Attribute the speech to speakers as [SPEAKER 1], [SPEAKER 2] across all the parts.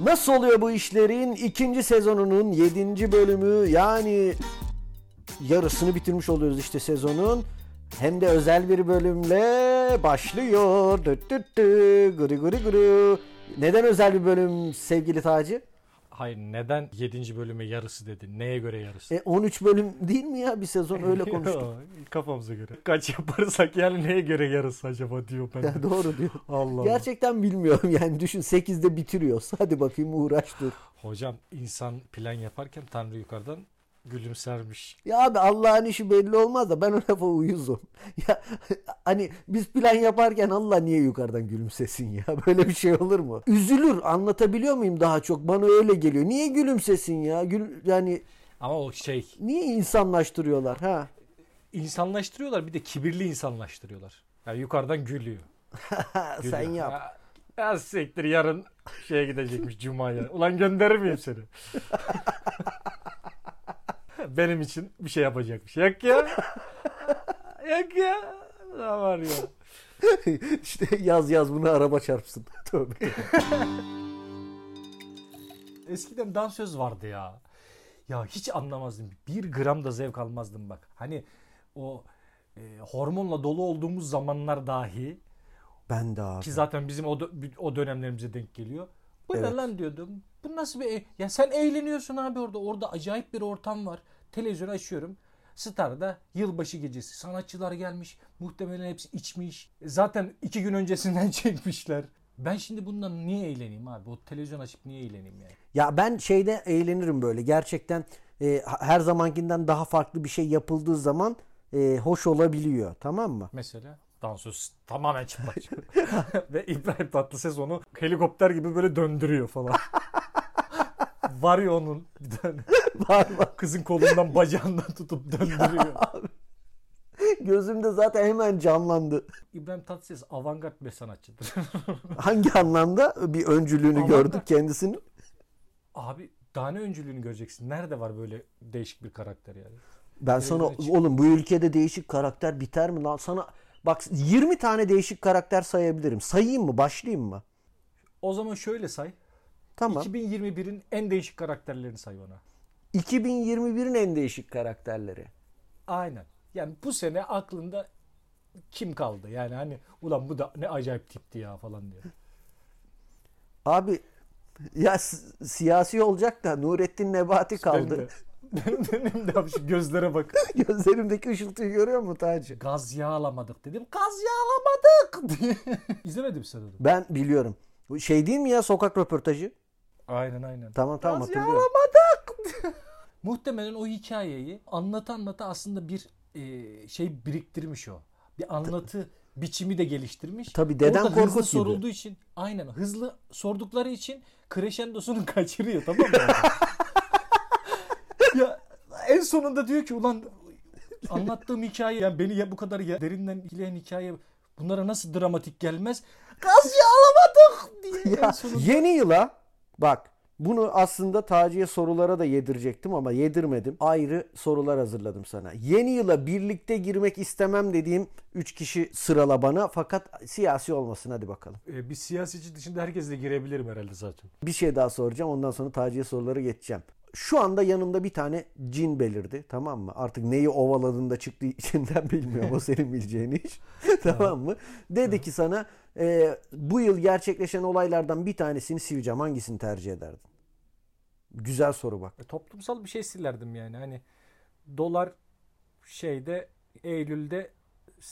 [SPEAKER 1] Nasıl oluyor bu işlerin? ikinci sezonunun 7. bölümü yani yarısını bitirmiş oluyoruz işte sezonun. Hem de özel bir bölümle başlıyor. Düt düt dü, gırı gırı gırı. Neden özel bir bölüm sevgili Taci?
[SPEAKER 2] Hayır neden 7. bölüme yarısı dedin? Neye göre yarısı?
[SPEAKER 1] E 13 bölüm değil mi ya bir sezon öyle konuştuk.
[SPEAKER 2] Yo, Kafamıza göre. Kaç yaparsak yani neye göre yarısı acaba diyor ben. de.
[SPEAKER 1] Ya Doğru diyor.
[SPEAKER 2] Allah. Allah.
[SPEAKER 1] Gerçekten bilmiyorum yani düşün 8'de bitiriyoruz. Hadi bakayım uğraş dur.
[SPEAKER 2] Hocam insan plan yaparken Tanrı yukarıdan gülümsermiş.
[SPEAKER 1] Ya abi Allah'ın işi belli olmaz da ben o lafa uyuzum. Ya hani biz plan yaparken Allah niye yukarıdan gülümsesin ya? Böyle bir şey olur mu? Üzülür anlatabiliyor muyum daha çok? Bana öyle geliyor. Niye gülümsesin ya? Gül, yani
[SPEAKER 2] Ama o şey
[SPEAKER 1] niye insanlaştırıyorlar ha?
[SPEAKER 2] insanlaştırıyorlar bir de kibirli insanlaştırıyorlar. Yani yukarıdan gülüyor.
[SPEAKER 1] Ha,
[SPEAKER 2] gülüyor.
[SPEAKER 1] sen yap.
[SPEAKER 2] Ya, ya siktir yarın şeye gidecekmiş Cuma'ya. Ulan gönderir miyim seni? Benim için bir şey yapacakmış. Yak ya. Yak ya. Ne var ya.
[SPEAKER 1] işte yaz yaz bunu araba çarpsın. Tövbe.
[SPEAKER 2] Eskiden dansöz vardı ya. Ya hiç anlamazdım. Bir gram da zevk almazdım bak. Hani o e, hormonla dolu olduğumuz zamanlar dahi
[SPEAKER 1] Ben de abi.
[SPEAKER 2] ki zaten bizim o, dö- o dönemlerimize denk geliyor. Bu
[SPEAKER 1] Evet.
[SPEAKER 2] ne lan diyordum. Bu nasıl bir... e- Ya sen eğleniyorsun abi orada. Orada acayip bir ortam var. Televizyonu açıyorum. Star'da yılbaşı gecesi. Sanatçılar gelmiş. Muhtemelen hepsi içmiş. E, Zaten iki gün öncesinden çekmişler. Ben şimdi bundan niye eğleneyim abi? O televizyon açıp niye eğleneyim yani?
[SPEAKER 1] Ya ben şeyde eğlenirim böyle. Gerçekten e, ha- her zamankinden daha farklı bir şey yapıldığı zaman e, hoş olabiliyor. Tamam mı?
[SPEAKER 2] Mesela dansöz tamamen çıplak. Ve İbrahim Tatlıses onu helikopter gibi böyle döndürüyor falan. Var ya onun bir tane
[SPEAKER 1] Var var.
[SPEAKER 2] kızın kolundan bacağından tutup döndürüyor.
[SPEAKER 1] Gözümde zaten hemen canlandı.
[SPEAKER 2] İbrahim Tatlıses avantgard bir sanatçıdır.
[SPEAKER 1] Hangi anlamda bir öncülüğünü
[SPEAKER 2] Aman da.
[SPEAKER 1] gördük kendisini?
[SPEAKER 2] Abi daha ne öncülüğünü göreceksin. Nerede var böyle değişik bir karakter yani?
[SPEAKER 1] Ben sana
[SPEAKER 2] Televizyona çık-
[SPEAKER 1] oğlum bu ülkede değişik karakter biter mi lan? Sana bak 20 tane değişik karakter sayabilirim. Sayayım mı? Başlayayım mı?
[SPEAKER 2] O zaman şöyle say.
[SPEAKER 1] Tamam.
[SPEAKER 2] 2021'in en değişik karakterlerini say bana.
[SPEAKER 1] 2021'in en değişik karakterleri.
[SPEAKER 2] Aynen. Yani bu sene aklında kim kaldı? Yani hani ulan bu da ne acayip tipti ya falan diye.
[SPEAKER 1] Abi ya s- siyasi olacak da Nurettin Nebati kaldı.
[SPEAKER 2] Benim de, benim de abi şu gözlere bak.
[SPEAKER 1] Gözlerimdeki ışıltıyı görüyor musun Taci?
[SPEAKER 2] Gaz yağlamadık dedim. Gaz yağlamadık diye. İzlemedim sanırım.
[SPEAKER 1] Ben biliyorum. Bu Şey değil mi ya sokak röportajı?
[SPEAKER 2] Aynen aynen.
[SPEAKER 1] Tamam tamam
[SPEAKER 2] Gaz
[SPEAKER 1] hatırlıyorum.
[SPEAKER 2] Muhtemelen o hikayeyi anlata anlata aslında bir e, şey biriktirmiş o. Bir anlatı biçimi de geliştirmiş.
[SPEAKER 1] Tabii, Deden
[SPEAKER 2] Orada
[SPEAKER 1] Korkut
[SPEAKER 2] hızlı
[SPEAKER 1] gibi.
[SPEAKER 2] sorulduğu için aynen hızlı sordukları için crescendo'sunu kaçırıyor tamam mı? ya en sonunda diyor ki ulan anlattığım hikaye yani beni ya bu kadar ya, derinden etkileyen hikaye bunlara nasıl dramatik gelmez? Gaz alamadık diye en
[SPEAKER 1] Ya,
[SPEAKER 2] sonunda.
[SPEAKER 1] yeni yıla bak bunu aslında Taci'ye sorulara da yedirecektim ama yedirmedim. Ayrı sorular hazırladım sana. Yeni yıla birlikte girmek istemem dediğim 3 kişi sırala bana fakat siyasi olmasın hadi bakalım.
[SPEAKER 2] E, bir siyaseci dışında herkesle girebilirim herhalde zaten.
[SPEAKER 1] Bir şey daha soracağım ondan sonra Taci'ye soruları geçeceğim. Şu anda yanımda bir tane cin belirdi tamam mı? Artık neyi ovaladığında çıktığı içinden bilmiyorum o senin bileceğin iş. tamam mı? Dedi ki sana "E, bu yıl gerçekleşen olaylardan bir tanesini sileceğim hangisini tercih ederdin? Güzel soru bak.
[SPEAKER 2] E, toplumsal bir şey silerdim yani. Hani dolar şeyde Eylül'de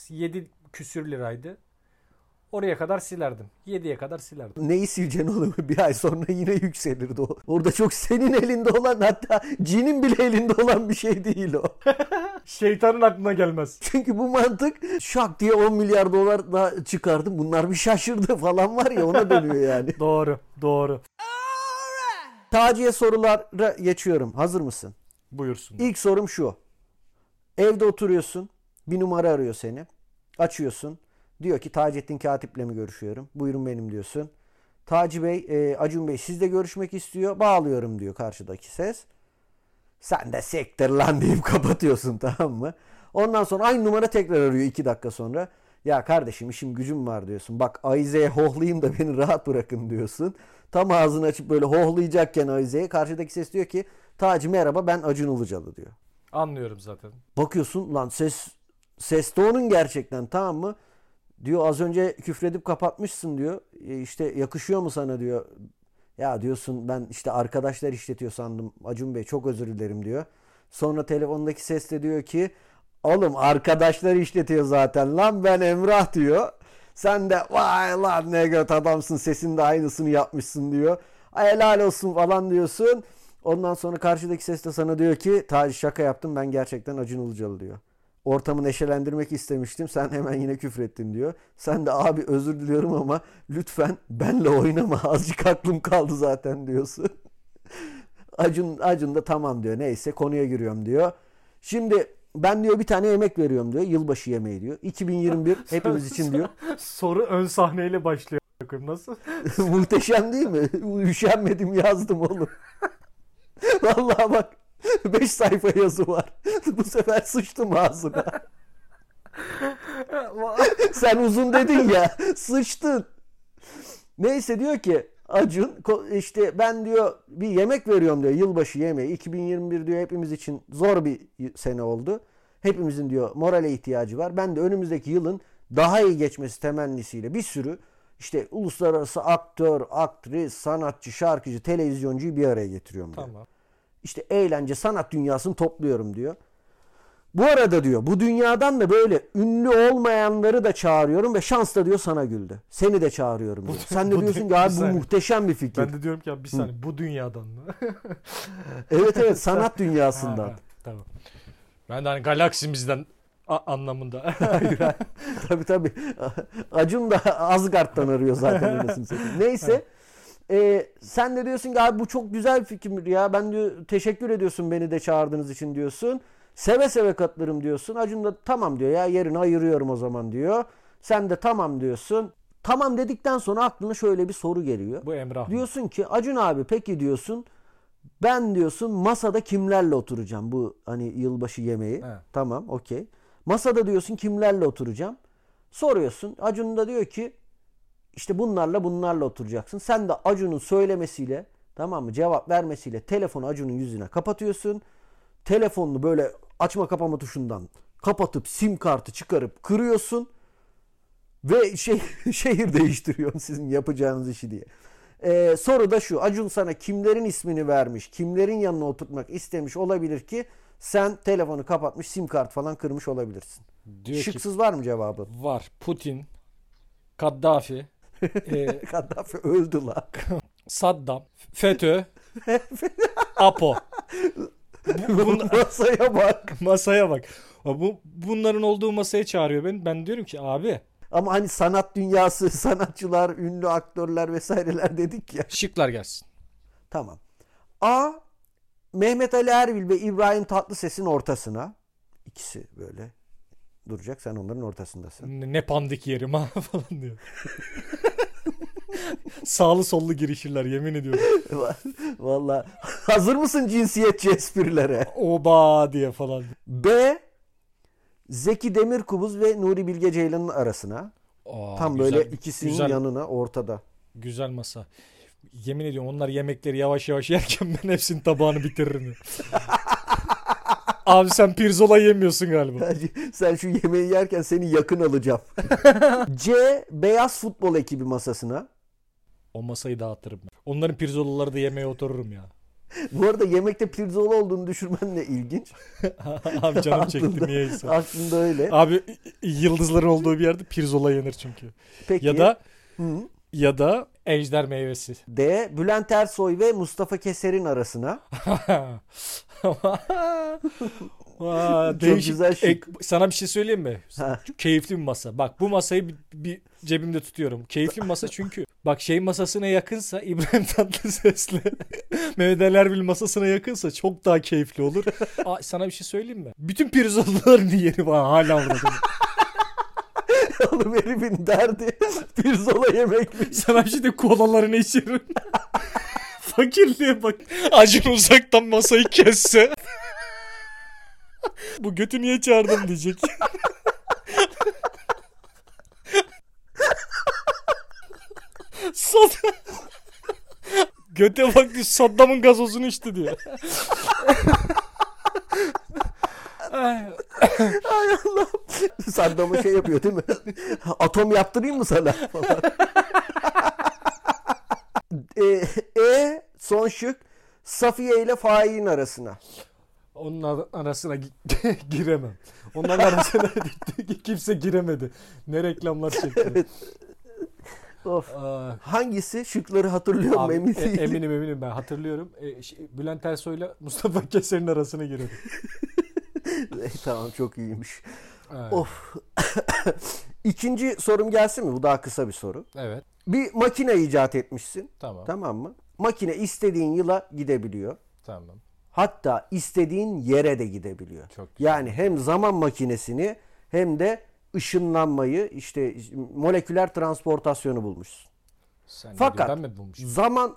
[SPEAKER 2] 7 küsür liraydı. Oraya kadar silerdim. 7'ye kadar silerdim.
[SPEAKER 1] Neyi sileceksin oğlum? Bir ay sonra yine yükselirdi o. Orada çok senin elinde olan hatta cinin bile elinde olan bir şey değil o.
[SPEAKER 2] Şeytanın aklına gelmez.
[SPEAKER 1] Çünkü bu mantık şak diye 10 milyar dolar daha çıkardım. Bunlar bir şaşırdı falan var ya ona dönüyor yani.
[SPEAKER 2] Doğru, doğru.
[SPEAKER 1] Taciye sorulara geçiyorum. Hazır mısın?
[SPEAKER 2] Buyursun.
[SPEAKER 1] İlk sorum şu. Evde oturuyorsun. Bir numara arıyor seni. Açıyorsun. Diyor ki Taceddin Katip'le mi görüşüyorum? Buyurun benim diyorsun. Taci Bey, e, Acun Bey sizle görüşmek istiyor. Bağlıyorum diyor karşıdaki ses. Sen de sektir lan deyip kapatıyorsun tamam mı? Ondan sonra aynı numara tekrar arıyor 2 dakika sonra. Ya kardeşim işim gücüm var diyorsun. Bak Ayze'ye hohlayayım da beni rahat bırakın diyorsun. Tam ağzını açıp böyle hohlayacakken Ayze'ye karşıdaki ses diyor ki Taci merhaba ben Acun Ilıcalı diyor.
[SPEAKER 2] Anlıyorum zaten.
[SPEAKER 1] Bakıyorsun lan ses ses de onun gerçekten tamam mı? Diyor az önce küfredip kapatmışsın diyor. E, işte yakışıyor mu sana diyor. Ya diyorsun ben işte arkadaşlar işletiyor sandım. Acun Bey çok özür dilerim diyor. Sonra telefondaki ses de diyor ki oğlum arkadaşlar işletiyor zaten lan ben Emrah diyor. Sen de vay lan ne göt adamsın sesin de aynısını yapmışsın diyor. Ay helal olsun falan diyorsun. Ondan sonra karşıdaki ses de sana diyor ki Taci şaka yaptım ben gerçekten Acun Ilıcalı diyor. Ortamı neşelendirmek istemiştim. Sen hemen yine küfrettin diyor. Sen de abi özür diliyorum ama lütfen benle oynama. Azıcık aklım kaldı zaten diyorsun. Acun, Acun da tamam diyor. Neyse konuya giriyorum diyor. Şimdi ben diyor bir tane yemek veriyorum diyor. Yılbaşı yemeği diyor. 2021 hepimiz için diyor.
[SPEAKER 2] Soru ön sahneyle başlıyor. Nasıl?
[SPEAKER 1] Muhteşem değil mi? Üşenmedim yazdım oğlum. Vallahi bak 5 sayfa yazı var. Bu sefer sıçtım ağzına. Sen uzun dedin ya. Sıçtın. Neyse diyor ki Acun ko- işte ben diyor bir yemek veriyorum diyor yılbaşı yemeği 2021 diyor hepimiz için zor bir y- sene oldu. Hepimizin diyor morale ihtiyacı var. Ben de önümüzdeki yılın daha iyi geçmesi temennisiyle bir sürü işte uluslararası aktör, aktris, sanatçı, şarkıcı, televizyoncuyu bir araya getiriyorum diyor
[SPEAKER 2] tamam.
[SPEAKER 1] işte eğlence sanat dünyasını topluyorum diyor. Bu arada diyor bu dünyadan da böyle ünlü olmayanları da çağırıyorum ve şans da diyor sana güldü. Seni de çağırıyorum diyor. Sen de
[SPEAKER 2] bu
[SPEAKER 1] diyorsun
[SPEAKER 2] dü-
[SPEAKER 1] ki abi
[SPEAKER 2] bir
[SPEAKER 1] bu
[SPEAKER 2] saniye.
[SPEAKER 1] muhteşem bir fikir.
[SPEAKER 2] Ben de diyorum ki ya bir saniye bu dünyadan mı?
[SPEAKER 1] Evet evet sanat
[SPEAKER 2] Ha,
[SPEAKER 1] dünyasından.
[SPEAKER 2] ha, tamam. Ben de hani galaksimizden a- anlamında.
[SPEAKER 1] tabii tabii. Acun da Asgard'dan arıyor zaten anasını satayım. Neyse. Ee, sen de diyorsun ki abi bu çok güzel bir fikir ya. Ben diyor teşekkür ediyorsun beni de çağırdığınız için diyorsun. Seve seve katlarım diyorsun. Acun da tamam diyor ya yerini ayırıyorum o zaman diyor. Sen de tamam diyorsun. Tamam dedikten sonra aklına şöyle bir soru geliyor.
[SPEAKER 2] bu Emrah. mı?
[SPEAKER 1] Diyorsun ki Acun abi peki diyorsun. Ben diyorsun masada kimlerle oturacağım bu hani yılbaşı yemeği.
[SPEAKER 2] He.
[SPEAKER 1] Tamam okey. Masada diyorsun kimlerle oturacağım. Soruyorsun. Acun da diyor ki işte bunlarla bunlarla oturacaksın. Sen de Acun'un söylemesiyle tamam mı cevap vermesiyle telefonu Acun'un yüzüne kapatıyorsun. Telefonunu böyle açma kapama tuşundan kapatıp sim kartı çıkarıp kırıyorsun. Ve şey, şehir değiştiriyorsun sizin yapacağınız işi diye. Ee, soru da şu. Acun sana kimlerin ismini vermiş, kimlerin yanına oturtmak istemiş olabilir ki sen telefonu kapatmış, sim kart falan kırmış olabilirsin.
[SPEAKER 2] Diyor ki
[SPEAKER 1] Şıksız var mı cevabın?
[SPEAKER 2] var Putin, Kaddafi, e,
[SPEAKER 1] Kaddafi öldü la.
[SPEAKER 2] Saddam, FETÖ, APO.
[SPEAKER 1] Bunu masaya bak.
[SPEAKER 2] Masaya bak. Ama Bu, bunların olduğu masaya çağırıyor beni. Ben diyorum ki abi
[SPEAKER 1] Ama hani sanat dünyası, sanatçılar, ünlü aktörler vesaireler dedik ya.
[SPEAKER 2] şıklar gelsin.
[SPEAKER 1] Tamam. A. Mehmet Ali Erbil ve İbrahim Tatlıses'in ortasına. İkisi böyle duracak. Sen onların ortasındasın.
[SPEAKER 2] Ne, ne pandik yerim ha falan diyor. Sağlı sollu girişirler yemin ediyorum.
[SPEAKER 1] Valla hazır mısın cinsiyetçi esprilere?
[SPEAKER 2] Oba diye falan.
[SPEAKER 1] B. Zeki Demirkubuz ve Nuri Bilge Ceylan'ın arasına.
[SPEAKER 2] Aa,
[SPEAKER 1] Tam
[SPEAKER 2] güzel-
[SPEAKER 1] böyle ikisinin
[SPEAKER 2] güzel,
[SPEAKER 1] yanına ortada.
[SPEAKER 2] Güzel masa. Yemin ediyorum onlar yemekleri yavaş yavaş yerken ben hepsinin tabağını bitiririm. ya. Abi sen pirzola yemiyorsun galiba.
[SPEAKER 1] Hacı, Sen şu yemeği yerken seni yakın alacağım. C. Beyaz futbol ekibi masasına.
[SPEAKER 2] O masayı dağıtırım ben. Onların pirzolaları da yemeğe otururum ya.
[SPEAKER 1] Bu arada yemekte pirzola olduğunu düşürmen de ilginç.
[SPEAKER 2] Abi canım çekti
[SPEAKER 1] Aklında-
[SPEAKER 2] niyeyse.
[SPEAKER 1] Aslında öyle.
[SPEAKER 2] Abi yıldızların olduğu bir yerde pirzola yenir çünkü.
[SPEAKER 1] Peki.
[SPEAKER 2] Ya da
[SPEAKER 1] Hı.
[SPEAKER 2] ya da ejder meyvesi.
[SPEAKER 1] D. Bülent Ersoy ve Mustafa Keser'in arasına.
[SPEAKER 2] Aa,
[SPEAKER 1] Çok
[SPEAKER 2] değişik.
[SPEAKER 1] güzel şık.
[SPEAKER 2] Ek- sana bir şey söyleyeyim mi?
[SPEAKER 1] Ha.
[SPEAKER 2] Çok Keyifli bir masa. Bak bu masayı bir, bir cebimde tutuyorum. Keyifli bir masa çünkü. Bak şey masasına yakınsa İbrahim Tatlıses'le Mehmet Ali Erbil masasına yakınsa çok daha keyifli olur. Aa, sana bir şey söyleyeyim mi? Bütün pirzolaların yeri var hala burada.
[SPEAKER 1] Oğlum herifin derdi pirzola yemekmiş.
[SPEAKER 2] Sana bir şey de kolalarını içerim. Fakirliğe bak. Acun uzaktan masayı kesse. Bu götü niye çağırdım diyecek. gazoz. Göte bak diyor Saddam'ın gazozunu içti diyor. Ay,
[SPEAKER 1] Saddam'ı şey yapıyor değil mi? Atom yaptırayım mı sana? Falan. e, e, son şık Safiye ile Faik'in arasına.
[SPEAKER 2] Onun ar- arasına gi- giremem. Onların arasına kimse giremedi. Ne reklamlar çekti.
[SPEAKER 1] Of.
[SPEAKER 2] Ay.
[SPEAKER 1] Hangisi? Şıkları hatırlıyor musun?
[SPEAKER 2] Abi,
[SPEAKER 1] Emin
[SPEAKER 2] e,
[SPEAKER 1] değilim.
[SPEAKER 2] eminim eminim ben hatırlıyorum. E, şey, Bülent Ersoy'la Mustafa Keser'in arasına girdi.
[SPEAKER 1] E, tamam çok iyiymiş.
[SPEAKER 2] Evet.
[SPEAKER 1] Of. İkinci sorum gelsin mi? Bu daha kısa bir soru.
[SPEAKER 2] evet.
[SPEAKER 1] Bir makine icat etmişsin.
[SPEAKER 2] Tamam.
[SPEAKER 1] Tamam mı? Makine istediğin yıla gidebiliyor.
[SPEAKER 2] Tamam.
[SPEAKER 1] Hatta istediğin yere de gidebiliyor.
[SPEAKER 2] Çok güzel.
[SPEAKER 1] yani hem zaman makinesini hem de ışınlanmayı işte moleküler transportasyonu bulmuşsun.
[SPEAKER 2] Sen
[SPEAKER 1] Fakat-
[SPEAKER 2] ben mi bulmuşum?
[SPEAKER 1] Zaman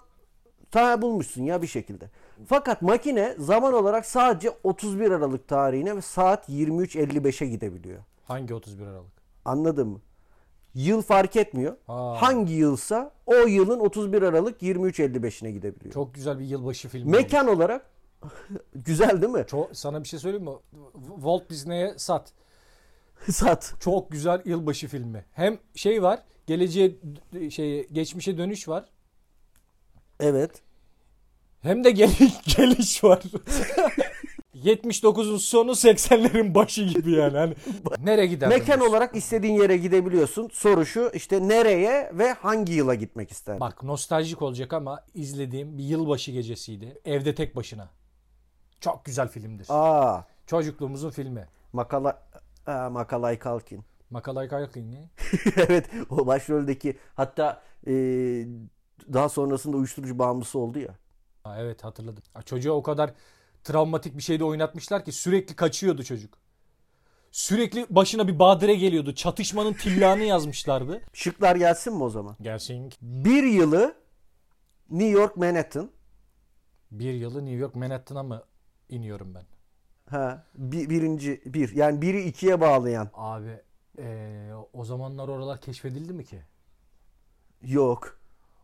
[SPEAKER 1] ta bulmuşsun ya bir şekilde. Fakat makine zaman olarak sadece 31 Aralık tarihine ve saat 23.55'e gidebiliyor.
[SPEAKER 2] Hangi 31 Aralık?
[SPEAKER 1] Anladın mı? Yıl fark etmiyor.
[SPEAKER 2] Aa.
[SPEAKER 1] Hangi yılsa o yılın 31 Aralık 23.55'ine gidebiliyor.
[SPEAKER 2] Çok güzel bir yılbaşı filmi.
[SPEAKER 1] Mekan olarak güzel değil mi?
[SPEAKER 2] Çok, sana bir şey söyleyeyim mi? Walt Disney'e sat.
[SPEAKER 1] Sat.
[SPEAKER 2] Çok güzel yılbaşı filmi. Hem şey var, geleceğe d- şey geçmişe dönüş var.
[SPEAKER 1] Evet.
[SPEAKER 2] Hem de geliş, geliş var. 79'un sonu 80'lerin başı gibi yani. Hani nereye gider?
[SPEAKER 1] Mekan olarak istediğin yere gidebiliyorsun. Soru şu işte nereye ve hangi yıla gitmek ister?
[SPEAKER 2] Bak nostaljik olacak ama izlediğim bir yılbaşı gecesiydi. Evde tek başına. Çok güzel filmdir.
[SPEAKER 1] Aa,
[SPEAKER 2] Çocukluğumuzun filmi.
[SPEAKER 1] makala Aa, Makalay Kalkin.
[SPEAKER 2] Makalay Kalkin'i.
[SPEAKER 1] evet o başroldeki hatta e, daha sonrasında uyuşturucu bağımlısı oldu ya.
[SPEAKER 2] Ha, evet hatırladım. Ha, çocuğa o kadar travmatik bir şeyde oynatmışlar ki sürekli kaçıyordu çocuk. Sürekli başına bir badire geliyordu. Çatışmanın tillanı yazmışlardı.
[SPEAKER 1] Şıklar gelsin mi o zaman?
[SPEAKER 2] Gerçeğin
[SPEAKER 1] Bir yılı New York Manhattan.
[SPEAKER 2] bir yılı New York Manhattan'a mı iniyorum ben?
[SPEAKER 1] Ha, bi- birinci bir. Yani biri ikiye bağlayan.
[SPEAKER 2] Abi ee, o zamanlar oralar keşfedildi mi ki?
[SPEAKER 1] Yok.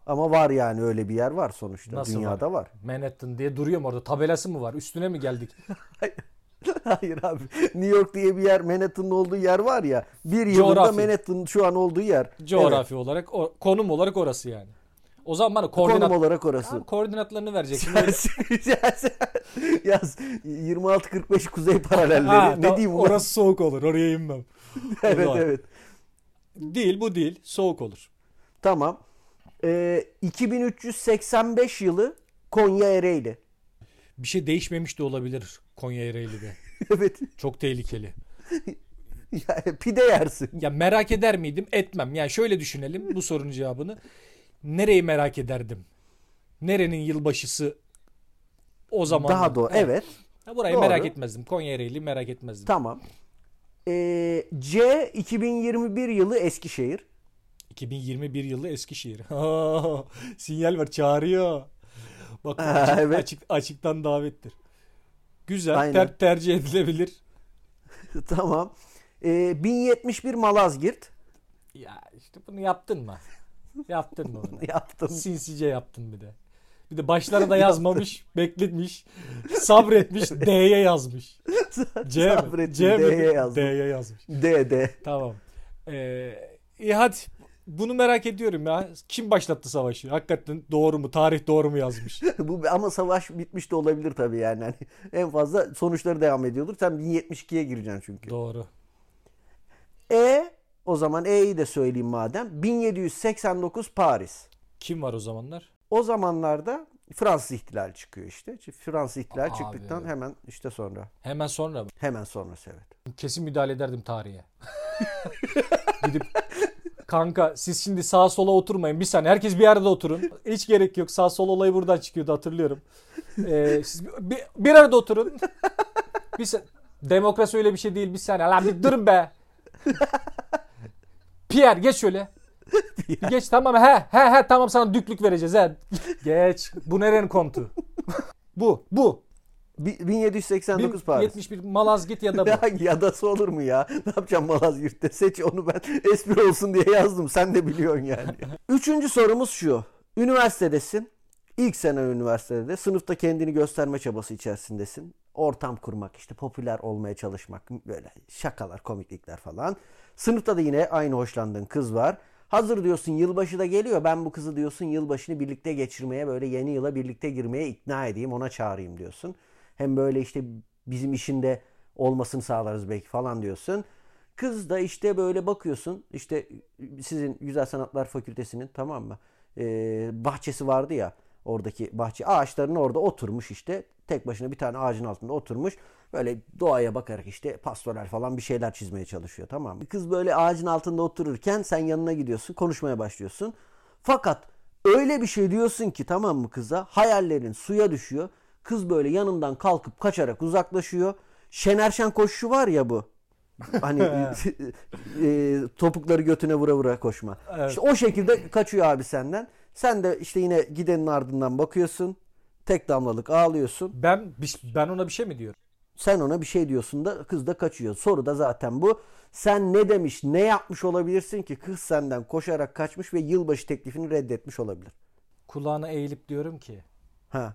[SPEAKER 1] Ama var yani öyle bir yer var sonuçta.
[SPEAKER 2] Nasıl
[SPEAKER 1] Dünyada var.
[SPEAKER 2] Manhattan diye duruyor mu orada? Tabelası mı var? Üstüne mi geldik?
[SPEAKER 1] Hayır abi. New York diye bir yer Manhattan'ın olduğu yer var ya. Bir yılında
[SPEAKER 2] Coğrafi.
[SPEAKER 1] Manhattan'ın şu an olduğu yer. Evet,
[SPEAKER 2] Coğrafi olarak, o- konum olarak orası yani. O zaman bana
[SPEAKER 1] konum
[SPEAKER 2] koordinat,
[SPEAKER 1] olarak orası.
[SPEAKER 2] Abi koordinatlarını vereceksin. Böyle-
[SPEAKER 1] Yaz, yaz, yaz 26-45 kuzey paralelleri.
[SPEAKER 2] Ha,
[SPEAKER 1] ne
[SPEAKER 2] tamam,
[SPEAKER 1] diyeyim?
[SPEAKER 2] Orası soğuk olur. Oraya inmem.
[SPEAKER 1] evet
[SPEAKER 2] var.
[SPEAKER 1] evet.
[SPEAKER 2] Değil bu değil. Soğuk olur.
[SPEAKER 1] Tamam. Ee, 2385 yılı Konya Ereğli.
[SPEAKER 2] Bir şey değişmemiş de olabilir Konya Ereğli'de.
[SPEAKER 1] evet.
[SPEAKER 2] Çok tehlikeli.
[SPEAKER 1] Yani pide yersin.
[SPEAKER 2] Ya merak eder miydim? Etmem. Yani şöyle düşünelim bu sorunun cevabını. Nereyi merak ederdim? Nerenin yılbaşısı o zaman?
[SPEAKER 1] Daha doğru. Evet.
[SPEAKER 2] Burayı
[SPEAKER 1] doğru.
[SPEAKER 2] merak etmezdim. Konya Ereğli merak etmezdim.
[SPEAKER 1] Tamam. Ee, C 2021 yılı Eskişehir.
[SPEAKER 2] 2021 yılı Eskişehir. Sinyal var çağırıyor. Bak
[SPEAKER 1] Ha,
[SPEAKER 2] açık,
[SPEAKER 1] evet.
[SPEAKER 2] açık- açıktan davettir. Güzel
[SPEAKER 1] Aynen.
[SPEAKER 2] ter, tercih edilebilir.
[SPEAKER 1] tamam. Ee, 1071 Malazgirt.
[SPEAKER 2] Ya işte bunu yaptın mı? Yaptın mı bunu?
[SPEAKER 1] Yaptım.
[SPEAKER 2] Sinsice yaptın bir de. Bir de başlara da yazmamış, bekletmiş, sabretmiş, D'ye yazmış. C mi?
[SPEAKER 1] Sabrettim,
[SPEAKER 2] C mi?
[SPEAKER 1] D'ye yazdım.
[SPEAKER 2] D'ye yazmış.
[SPEAKER 1] D D.
[SPEAKER 2] Tamam. Ee, iyi hadi. Bunu merak ediyorum ya. Kim başlattı savaşı? Hakikaten doğru mu? Tarih doğru mu yazmış?
[SPEAKER 1] Bu ama savaş bitmiş de olabilir tabii yani. Hani en fazla sonuçları devam ediyordur. Sen 1072'ye gireceksin çünkü.
[SPEAKER 2] Doğru.
[SPEAKER 1] E o zaman E'yi de söyleyeyim madem. 1789 Paris.
[SPEAKER 2] Kim var o zamanlar?
[SPEAKER 1] O zamanlarda Fransız ihtilali çıkıyor işte. Fransız ihtilali
[SPEAKER 2] Abi.
[SPEAKER 1] çıktıktan hemen işte sonra.
[SPEAKER 2] Hemen sonra mı?
[SPEAKER 1] Hemen sonrası evet.
[SPEAKER 2] Kesin müdahale ederdim tarihe. Gidip kanka siz şimdi sağa sola oturmayın. Bir saniye herkes bir yerde oturun. Hiç gerek yok. Sağ sol olayı buradan çıkıyordu hatırlıyorum. Ee, siz bir, bir arada oturun. Bir sa- Demokrasi öyle bir şey değil. Bir saniye. Lan bir durun be. Pierre geç şöyle. Bir geç tamam he he he tamam sana düklük vereceğiz he. Geç. Bu nerenin kontu? bu bu.
[SPEAKER 1] Bi- 1789 Paris.
[SPEAKER 3] 71 Malazgirt ya da bu.
[SPEAKER 1] Ya yadası olur mu ya? Ne yapacağım Malazgirt'te? Seç onu ben espri olsun diye yazdım. Sen de biliyorsun yani. Üçüncü sorumuz şu. Üniversitedesin. İlk sene üniversitede sınıfta kendini gösterme çabası içerisindesin. Ortam kurmak işte popüler olmaya çalışmak böyle şakalar komiklikler falan. Sınıfta da yine aynı hoşlandığın kız var. Hazır diyorsun yılbaşı da geliyor ben bu kızı diyorsun yılbaşını birlikte geçirmeye böyle yeni yıla birlikte girmeye ikna edeyim ona çağırayım diyorsun. Hem böyle işte bizim işinde olmasını sağlarız belki falan diyorsun. Kız da işte böyle bakıyorsun işte sizin Güzel Sanatlar Fakültesinin tamam mı Ee, bahçesi vardı ya oradaki bahçe ağaçların orada oturmuş işte tek başına bir tane ağacın altında oturmuş böyle doğaya bakarak işte pastoral falan bir şeyler çizmeye çalışıyor tamam mı? Kız böyle ağacın altında otururken sen yanına gidiyorsun konuşmaya başlıyorsun fakat öyle bir şey diyorsun ki tamam mı kıza hayallerin suya düşüyor kız böyle yanından kalkıp kaçarak uzaklaşıyor Şener Şen koşuşu var ya bu hani e, topukları götüne vura vura koşma.
[SPEAKER 3] Evet.
[SPEAKER 1] İşte o şekilde kaçıyor abi senden. Sen de işte yine gidenin ardından bakıyorsun. Tek damlalık ağlıyorsun.
[SPEAKER 3] Ben bir- ben ona bir şey mi diyorum?
[SPEAKER 1] Sen ona bir şey diyorsun da kız da kaçıyor. Soru da zaten bu. Sen ne demiş, ne yapmış olabilirsin ki kız senden koşarak kaçmış ve yılbaşı teklifini reddetmiş olabilir.
[SPEAKER 3] Kulağına eğilip diyorum ki
[SPEAKER 1] Ha.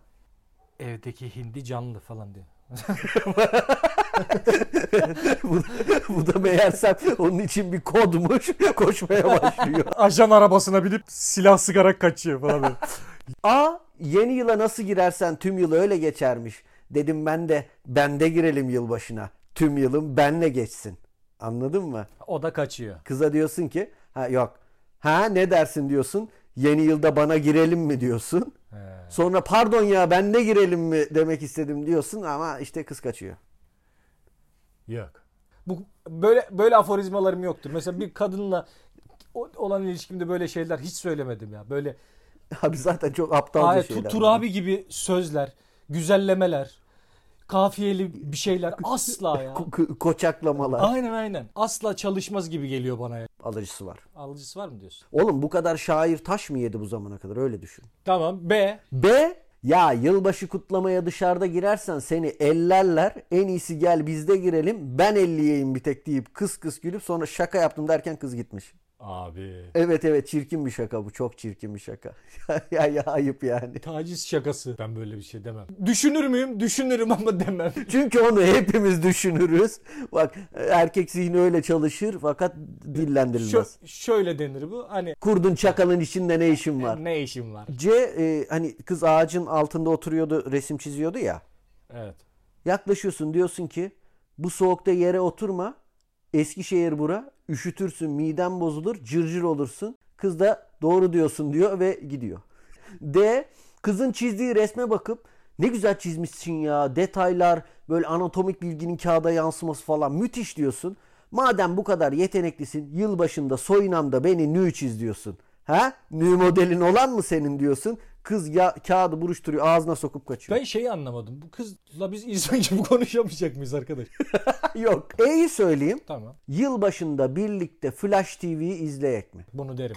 [SPEAKER 3] evdeki hindi canlı falan diyor.
[SPEAKER 1] bu, bu da meğersem onun için bir kodmuş. Koşmaya başlıyor.
[SPEAKER 3] Ajan arabasına binip silah sıkarak kaçıyor falan böyle.
[SPEAKER 1] A yeni yıla nasıl girersen tüm yıl öyle geçermiş. Dedim ben de bende girelim yılbaşına. Tüm yılım benle geçsin. Anladın mı?
[SPEAKER 3] o da kaçıyor.
[SPEAKER 1] Kıza diyorsun ki ha yok. Ha ne dersin diyorsun. Yeni yılda bana girelim mi diyorsun.
[SPEAKER 3] He.
[SPEAKER 1] Sonra pardon ya ben de girelim mi demek istedim diyorsun ama işte kız kaçıyor.
[SPEAKER 3] Yok. Bu böyle böyle aforizmalarım yoktur. Mesela bir kadınla o- olan ilişkimde böyle şeyler hiç söylemedim ya. Böyle
[SPEAKER 1] Abi zaten çok aptalca
[SPEAKER 3] Ay,
[SPEAKER 1] şeyler.
[SPEAKER 3] Tutur
[SPEAKER 1] bunlar.
[SPEAKER 3] abi gibi sözler, güzellemeler, kafiyeli bir şeyler asla ya.
[SPEAKER 1] Ko- ko- koçaklamalar
[SPEAKER 3] aynen aynen. Asla çalışmaz gibi geliyor bana ya.
[SPEAKER 1] alıcısı var.
[SPEAKER 3] Alıcısı var mı diyorsun?
[SPEAKER 1] Oğlum bu kadar şair taş mı yedi bu zamana kadar öyle düşün.
[SPEAKER 3] Tamam B.
[SPEAKER 1] B ya yılbaşı kutlamaya dışarıda girersen seni ellerler. En iyisi gel bizde girelim. Ben elleyeyim bir tek deyip kıs kıs gülüp sonra şaka yaptım derken kız gitmiş.
[SPEAKER 3] Abi.
[SPEAKER 1] Evet evet çirkin bir şaka bu. Çok çirkin bir şaka. ya, ya, ya ayıp yani.
[SPEAKER 3] Taciz şakası. Ben böyle bir şey demem. Düşünür müyüm? Düşünürüm ama demem.
[SPEAKER 1] Çünkü onu hepimiz düşünürüz. Bak erkek zihni öyle çalışır fakat dillendirilmez.
[SPEAKER 3] Şö- şöyle denir bu. Hani
[SPEAKER 1] Kurdun çakalın içinde ne işin var?
[SPEAKER 3] ne işim var?
[SPEAKER 1] C e, hani kız ağacın altında oturuyordu resim çiziyordu ya.
[SPEAKER 3] Evet.
[SPEAKER 1] Yaklaşıyorsun diyorsun ki bu soğukta yere oturma. Eskişehir bura. Üşütürsün, miden bozulur, cırcır olursun. Kız da doğru diyorsun diyor ve gidiyor. D. Kızın çizdiği resme bakıp ne güzel çizmişsin ya. Detaylar, böyle anatomik bilginin kağıda yansıması falan müthiş diyorsun. Madem bu kadar yeteneklisin, yılbaşında soyinamda beni nü çiz diyorsun. Ha? Nü modelin olan mı senin diyorsun? Kız ya, kağıdı buruşturuyor, ağzına sokup kaçıyor.
[SPEAKER 3] Ben şeyi anlamadım. Bu kızla biz insan gibi konuşamayacak mıyız arkadaş?
[SPEAKER 1] Yok. E'yi söyleyeyim.
[SPEAKER 3] tamam.
[SPEAKER 1] Yılbaşında birlikte Flash TV'yi izleyek mi?
[SPEAKER 3] Bunu derim.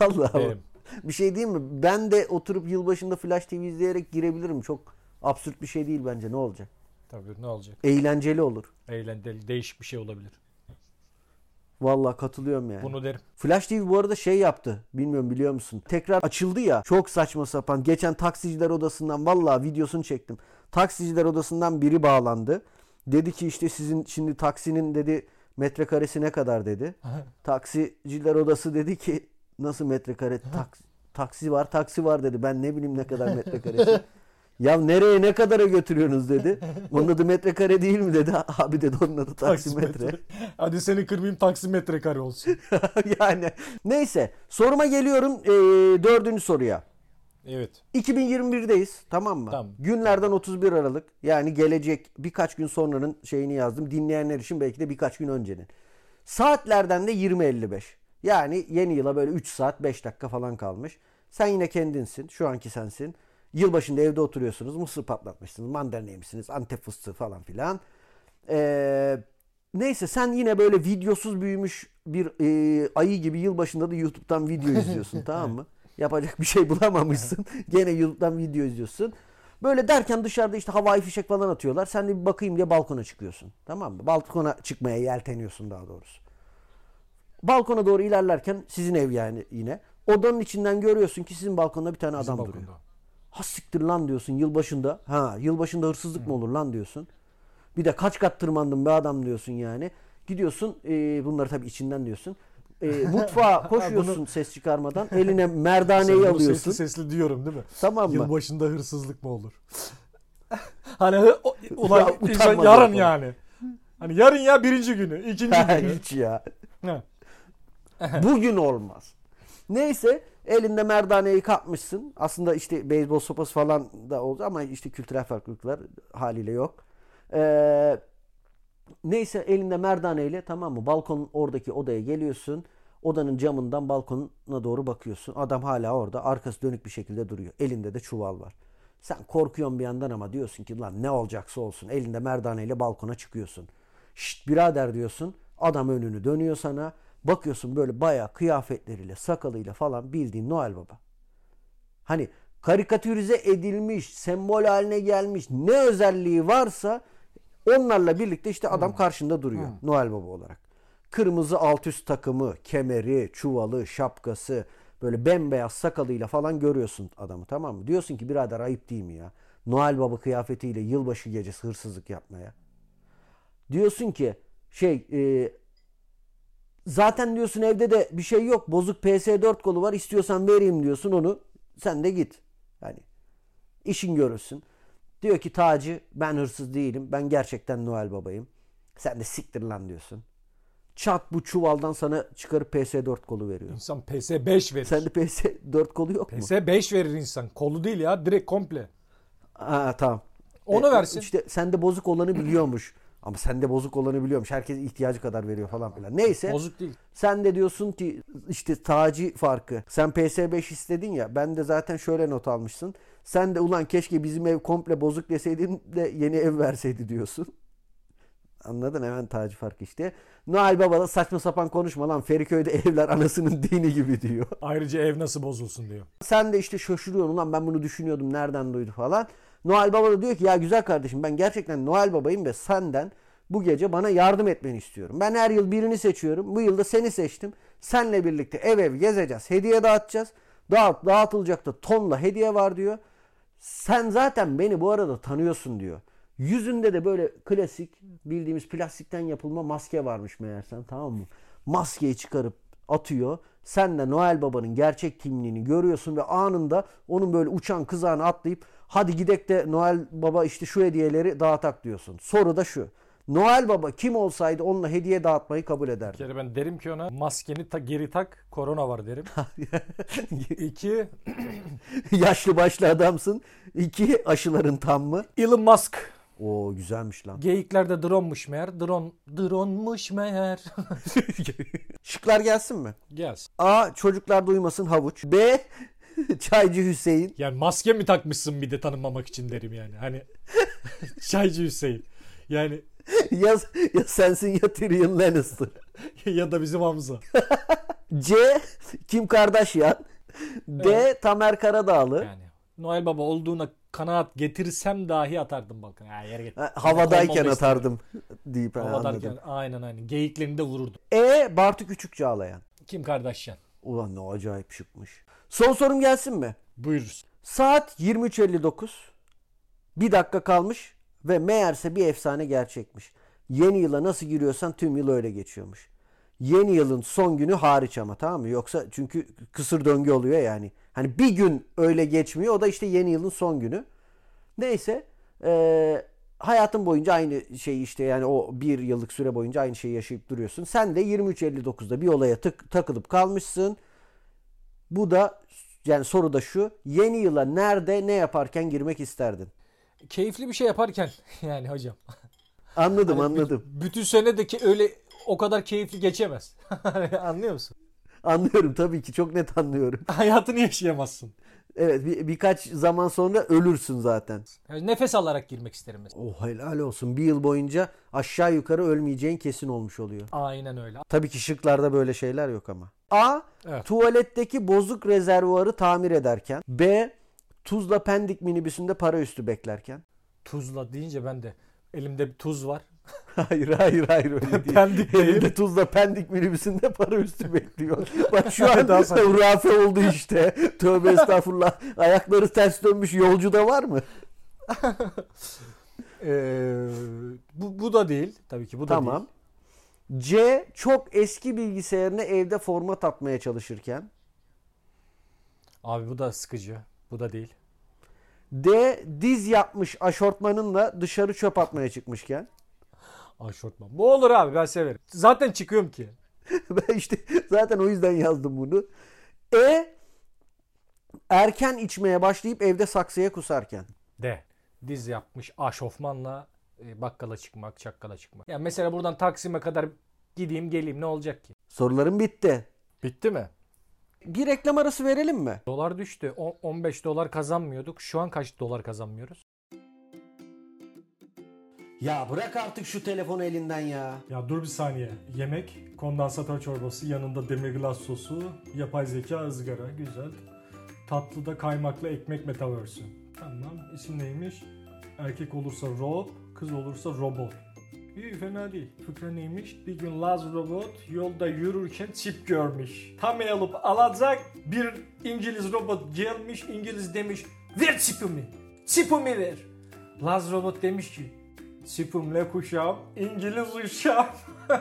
[SPEAKER 1] Vallahi bak.
[SPEAKER 3] Derim.
[SPEAKER 1] bir şey diyeyim mi? Ben de oturup yılbaşında Flash TV izleyerek girebilirim. Çok absürt bir şey değil bence. Ne olacak?
[SPEAKER 3] Tabii ne olacak?
[SPEAKER 1] Eğlenceli olur.
[SPEAKER 3] Eğlenceli, değişik bir şey olabilir.
[SPEAKER 1] Vallahi katılıyorum yani.
[SPEAKER 3] Bunu derim.
[SPEAKER 1] Flash TV bu arada şey yaptı. Bilmiyorum biliyor musun? Tekrar açıldı ya. Çok saçma sapan. Geçen taksiciler odasından vallahi videosunu çektim. Taksiciler odasından biri bağlandı. Dedi ki işte sizin şimdi taksinin dedi metrekaresi ne kadar dedi. Taksiciler odası dedi ki nasıl metrekare tak, taksi var taksi var dedi. Ben ne bileyim ne kadar metrekaresi. ya nereye ne kadara götürüyorsunuz dedi. Onun adı metrekare değil mi dedi. Abi dedi onun adı taksimetre.
[SPEAKER 3] Hadi seni kırmayayım taksimetre kare olsun.
[SPEAKER 1] yani neyse soruma geliyorum eee, dördüncü soruya.
[SPEAKER 3] evet.
[SPEAKER 1] 2021'deyiz tamam mı?
[SPEAKER 3] Tamam.
[SPEAKER 1] Günlerden 31 Aralık yani gelecek birkaç gün sonranın şeyini yazdım. Dinleyenler için belki de birkaç gün öncenin. Saatlerden de 20.55. Yani yeni yıla böyle 3 saat 5 dakika falan kalmış. Sen yine kendinsin şu anki sensin. Yılbaşında evde oturuyorsunuz mısır patlatmışsınız mandalina yemişsiniz antep fıstığı falan filan. Ee, neyse sen yine böyle videosuz büyümüş bir e, ayı gibi yılbaşında da YouTube'dan video izliyorsun tamam mı? Yapacak bir şey bulamamışsın. Gene YouTube'dan video izliyorsun. Böyle derken dışarıda işte havai fişek falan atıyorlar. Sen de bir bakayım diye balkona çıkıyorsun. Tamam mı? Balkona çıkmaya yelteniyorsun daha doğrusu. Balkona doğru ilerlerken sizin ev yani yine. Odanın içinden görüyorsun ki sizin balkonda bir tane adam duruyor.
[SPEAKER 2] balkonda.
[SPEAKER 1] Ha siktir lan diyorsun yılbaşında. Ha yılbaşında hırsızlık mı olur lan diyorsun. Bir de kaç kat tırmandım be adam diyorsun yani. Gidiyorsun e, bunları tabii içinden diyorsun. E, mutfağa koşuyorsun ses çıkarmadan. Eline merdaneyi
[SPEAKER 3] Bunu
[SPEAKER 1] alıyorsun.
[SPEAKER 3] Sesli sesli diyorum değil mi?
[SPEAKER 1] Tamam mı?
[SPEAKER 3] Yılbaşında hırsızlık mı olur? hani hı- o- ulan
[SPEAKER 1] Ya,
[SPEAKER 3] insan
[SPEAKER 1] utanmadan
[SPEAKER 3] yarın
[SPEAKER 1] falan.
[SPEAKER 3] yani. Hani yarın ya birinci günü, ikinci
[SPEAKER 1] Ha,
[SPEAKER 3] günü.
[SPEAKER 1] Hiç ya.
[SPEAKER 3] Ha.
[SPEAKER 1] Bugün olmaz. Neyse elinde merdaneyi kapmışsın. Aslında işte beyzbol sopası falan da oldu ama işte kültürel farklılıklar haliyle yok. Ee, neyse elinde merdaneyle tamam mı balkonun oradaki odaya geliyorsun. Odanın camından balkonuna doğru bakıyorsun. Adam hala orada arkası dönük bir şekilde duruyor. Elinde de çuval var. Sen korkuyorsun bir yandan ama diyorsun ki lan ne olacaksa olsun. Elinde merdaneyle balkona çıkıyorsun. Şşt birader diyorsun. Adam önünü dönüyor sana. Bakıyorsun böyle bayağı kıyafetleriyle, sakalıyla falan bildiğin Noel Baba. Hani karikatürize edilmiş, sembol haline gelmiş ne özelliği varsa onlarla birlikte işte adam karşında duruyor Noel Baba olarak. Kırmızı alt üst takımı, kemeri, çuvalı, şapkası böyle bembeyaz sakalıyla falan görüyorsun adamı tamam mı? Diyorsun ki birader ayıp değil mi ya? Noel Baba kıyafetiyle yılbaşı gecesi hırsızlık yapmaya. Diyorsun ki şey e, zaten diyorsun evde de bir şey yok. Bozuk PS4 kolu var. İstiyorsan vereyim diyorsun onu. Sen de git. Yani işin görürsün. Diyor ki Taci ben hırsız değilim. Ben gerçekten Noel babayım. Sen de siktir lan diyorsun. Çat bu çuvaldan sana çıkarıp PS4 kolu veriyor.
[SPEAKER 3] İnsan PS5 verir.
[SPEAKER 1] Sende PS4 kolu yok mu?
[SPEAKER 3] PS5 verir insan. Kolu değil ya direkt komple.
[SPEAKER 1] Ha tamam.
[SPEAKER 3] Onu
[SPEAKER 1] E,
[SPEAKER 3] versin.
[SPEAKER 1] İşte sende bozuk olanı biliyormuş. Ama sende bozuk olanı biliyormuş. Herkes ihtiyacı kadar veriyor falan filan. Neyse.
[SPEAKER 2] Bozuk değil.
[SPEAKER 1] Sen de diyorsun ki işte taci farkı. Sen PS5 istedin ya. Ben de zaten şöyle not almışsın. Sen de ulan keşke bizim ev komple bozuk deseydin de yeni ev verseydi diyorsun. Anladın hemen taci farkı işte. Noel Baba da saçma sapan konuşma lan Feriköy'de evler anasının dini gibi diyor.
[SPEAKER 3] Ayrıca ev nasıl bozulsun diyor.
[SPEAKER 1] Sen de işte şaşırıyorsun lan ben bunu düşünüyordum nereden duydu falan. Noel Baba da diyor ki ya güzel kardeşim ben gerçekten Noel Babayım ve senden bu gece bana yardım etmeni istiyorum. Ben her yıl birini seçiyorum. Bu yıl da seni seçtim. Senle birlikte ev ev gezeceğiz. Hediye dağıtacağız. Dağıt, dağıtılacak da tonla hediye var diyor. Sen zaten beni bu arada tanıyorsun diyor. Yüzünde de böyle klasik bildiğimiz plastikten yapılma maske varmış meğersem tamam mı? Maskeyi çıkarıp atıyor. Sen de Noel Baba'nın gerçek kimliğini görüyorsun ve anında onun böyle uçan kızağına atlayıp hadi gidek de Noel Baba işte şu hediyeleri dağıtak diyorsun. Soru da şu. Noel Baba kim olsaydı onunla hediye dağıtmayı kabul
[SPEAKER 3] Bir
[SPEAKER 1] ederdi.
[SPEAKER 3] kere ben derim ki ona maskeni ta- geri tak korona var derim. İki
[SPEAKER 1] Yaşlı başlı adamsın. İki aşıların tam mı?
[SPEAKER 3] Elon Musk
[SPEAKER 1] Oo güzelmiş lan.
[SPEAKER 3] geyiklerde dronmuş meğer. Drone, dronemuş meğer.
[SPEAKER 1] Şıklar gelsin mi?
[SPEAKER 3] Gelsin.
[SPEAKER 1] A. Çocuklar duymasın havuç. B. Çaycı Hüseyin.
[SPEAKER 3] Yani maske mi takmışsın bir de tanınmamak için derim yani. Hani Çaycı Hüseyin. Yani
[SPEAKER 1] ya, ya sensin ya Tyrion Lannister.
[SPEAKER 3] ya da bizim Hamza.
[SPEAKER 1] C. Kim Kardashian. D. Tamer Karadağlı.
[SPEAKER 3] Yani Noel Baba olduğuna kanaat getirsem dahi atardım bakın. Ya yere git.
[SPEAKER 1] Ha, Havadayken
[SPEAKER 3] Konmamı
[SPEAKER 1] atardım deyip ha,
[SPEAKER 3] Havadayken
[SPEAKER 1] anladım.
[SPEAKER 3] aynen aynen. Geyiklerini de vururdum.
[SPEAKER 1] E. Bartu Küçük Çağlayan.
[SPEAKER 3] Kim Kardashian?
[SPEAKER 1] Ulan ne acayip şıkmış. Son sorum gelsin mi?
[SPEAKER 3] Buyuruz.
[SPEAKER 1] Saat 23.59. Bir dakika kalmış ve meğerse bir efsane gerçekmiş. Yeni yıla nasıl giriyorsan tüm yıl öyle geçiyormuş. Yeni yılın son günü hariç ama tamam mı? Yoksa çünkü kısır döngü oluyor yani. Hani bir gün öyle geçmiyor o da işte yeni yılın son günü. Neyse eee, hayatın boyunca aynı şeyi işte yani o bir yıllık süre boyunca aynı şeyi yaşayıp duruyorsun. Sen de 23.59'da bir olaya tık, takılıp kalmışsın. Bu da yani soru da şu. Yeni yıla nerede ne yaparken girmek isterdin?
[SPEAKER 3] Keyifli bir şey yaparken yani hocam.
[SPEAKER 1] Anladım anladım.
[SPEAKER 3] Bütün sene de ki öyle o kadar keyifli geçemez. Anlıyor musun?
[SPEAKER 1] Anlıyorum tabii ki çok net anlıyorum.
[SPEAKER 3] Hayatını yaşayamazsın.
[SPEAKER 1] Evet bir- birkaç zaman sonra ölürsün zaten.
[SPEAKER 3] Yani nefes alarak girmek isterim mesela.
[SPEAKER 1] Oh helal olsun. Bir yıl boyunca aşağı yukarı ölmeyeceğin kesin olmuş oluyor.
[SPEAKER 3] Aynen öyle.
[SPEAKER 1] Tabii ki şıklarda böyle şeyler yok ama. A.
[SPEAKER 3] Evet.
[SPEAKER 1] Tuvaletteki bozuk rezervuarı tamir ederken. B. Tuzla Pendik minibüsünde para üstü beklerken.
[SPEAKER 3] Tuzla deyince ben de elimde bir tuz var.
[SPEAKER 1] Hayır hayır hayır öyle değil.
[SPEAKER 3] Pendik değil.
[SPEAKER 1] Elinde Tuzla Pendik minibüsünde para üstü bekliyor. Bak şu an
[SPEAKER 3] Daha saçma.
[SPEAKER 1] hurafe oldu işte. Tövbe estağfurullah. Ayakları ters dönmüş yolcu da var mı?
[SPEAKER 3] Ee, bu, bu da değil. Tabii ki bu da
[SPEAKER 1] tamam.
[SPEAKER 3] değil.
[SPEAKER 1] C çok eski bilgisayarını evde format atmaya çalışırken.
[SPEAKER 3] Abi bu da sıkıcı. Bu da değil.
[SPEAKER 1] D diz yapmış aşortmanınla dışarı çöp atmaya çıkmışken.
[SPEAKER 3] Aşortman. Bu olur abi ben severim. Zaten çıkıyorum ki.
[SPEAKER 1] Ben işte zaten o yüzden yazdım bunu. E erken içmeye başlayıp evde saksıya kusarken.
[SPEAKER 3] De. Diz yapmış aşofmanla e, bakkala çıkmak, çakkala çıkmak. Ya mesela buradan Taksim'e kadar gideyim geleyim ne olacak ki?
[SPEAKER 1] Sorularım bitti.
[SPEAKER 3] Bitti mi?
[SPEAKER 1] Bir reklam arası verelim mi?
[SPEAKER 3] Dolar düştü. O- 15 dolar kazanmıyorduk. Şu an kaç dolar kazanmıyoruz?
[SPEAKER 1] Ya bırak artık şu telefonu elinden ya.
[SPEAKER 2] Ya dur bir saniye. Yemek, kondansatör çorbası, yanında demirglas sosu, yapay zeka ızgara. Güzel. Tatlıda kaymaklı ekmek metaverse'ü. Tamam. İsim neymiş? Erkek olursa Rob, kız olursa Robot. İyi fena değil. Fıkra neymiş? Bir gün Laz robot yolda yürürken çip görmüş. Tam el alıp alacak bir İngiliz robot gelmiş İngiliz demiş ver çipimi. Çipimi ver. Laz robot demiş ki Çipimle kuşağım, İngiliz uşağım.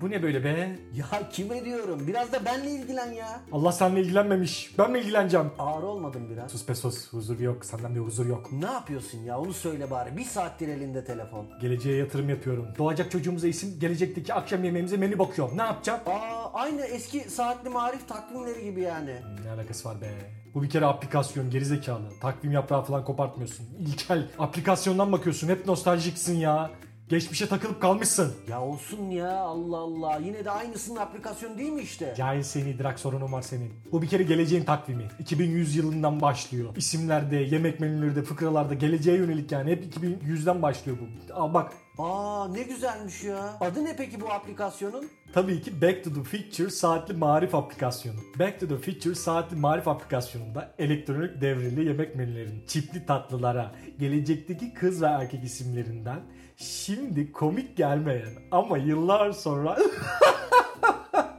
[SPEAKER 2] Bu ne böyle be?
[SPEAKER 1] Ya kime diyorum? Biraz da benle ilgilen ya.
[SPEAKER 2] Allah seninle ilgilenmemiş. Ben mi ilgileneceğim?
[SPEAKER 1] Ağır olmadım biraz.
[SPEAKER 2] Sus be sus. Huzur yok. Senden bir huzur yok.
[SPEAKER 1] Ne yapıyorsun ya? Onu söyle bari. Bir saattir elinde telefon.
[SPEAKER 2] Geleceğe yatırım yapıyorum. Doğacak çocuğumuza isim, gelecekteki akşam yemeğimize menü bakıyorum. Ne yapacağım?
[SPEAKER 1] Aa, aynı eski saatli marif takvimleri gibi yani.
[SPEAKER 2] Ne alakası var be? Bu bir kere aplikasyon gerizekalı. Takvim yaprağı falan kopartmıyorsun. İlkel. Aplikasyondan bakıyorsun. Hep nostaljiksin ya. Geçmişe takılıp kalmışsın.
[SPEAKER 1] Ya olsun ya Allah Allah. Yine de aynısının aplikasyonu değil mi işte?
[SPEAKER 2] Cahil seni, idrak sorunun var senin. Bu bir kere geleceğin takvimi. 2100 yılından başlıyor. İsimlerde, yemek menülerinde, fıkralarda geleceğe yönelik yani hep 2100'den başlıyor bu. Al bak
[SPEAKER 1] Aa ne güzelmiş ya. Adı ne peki bu aplikasyonun?
[SPEAKER 2] Tabii ki Back to the Future saatli marif aplikasyonu. Back to the Future saatli marif aplikasyonunda elektronik devreli yemek menülerinin çipli tatlılara, gelecekteki kız ve erkek isimlerinden şimdi komik gelmeyen ama yıllar sonra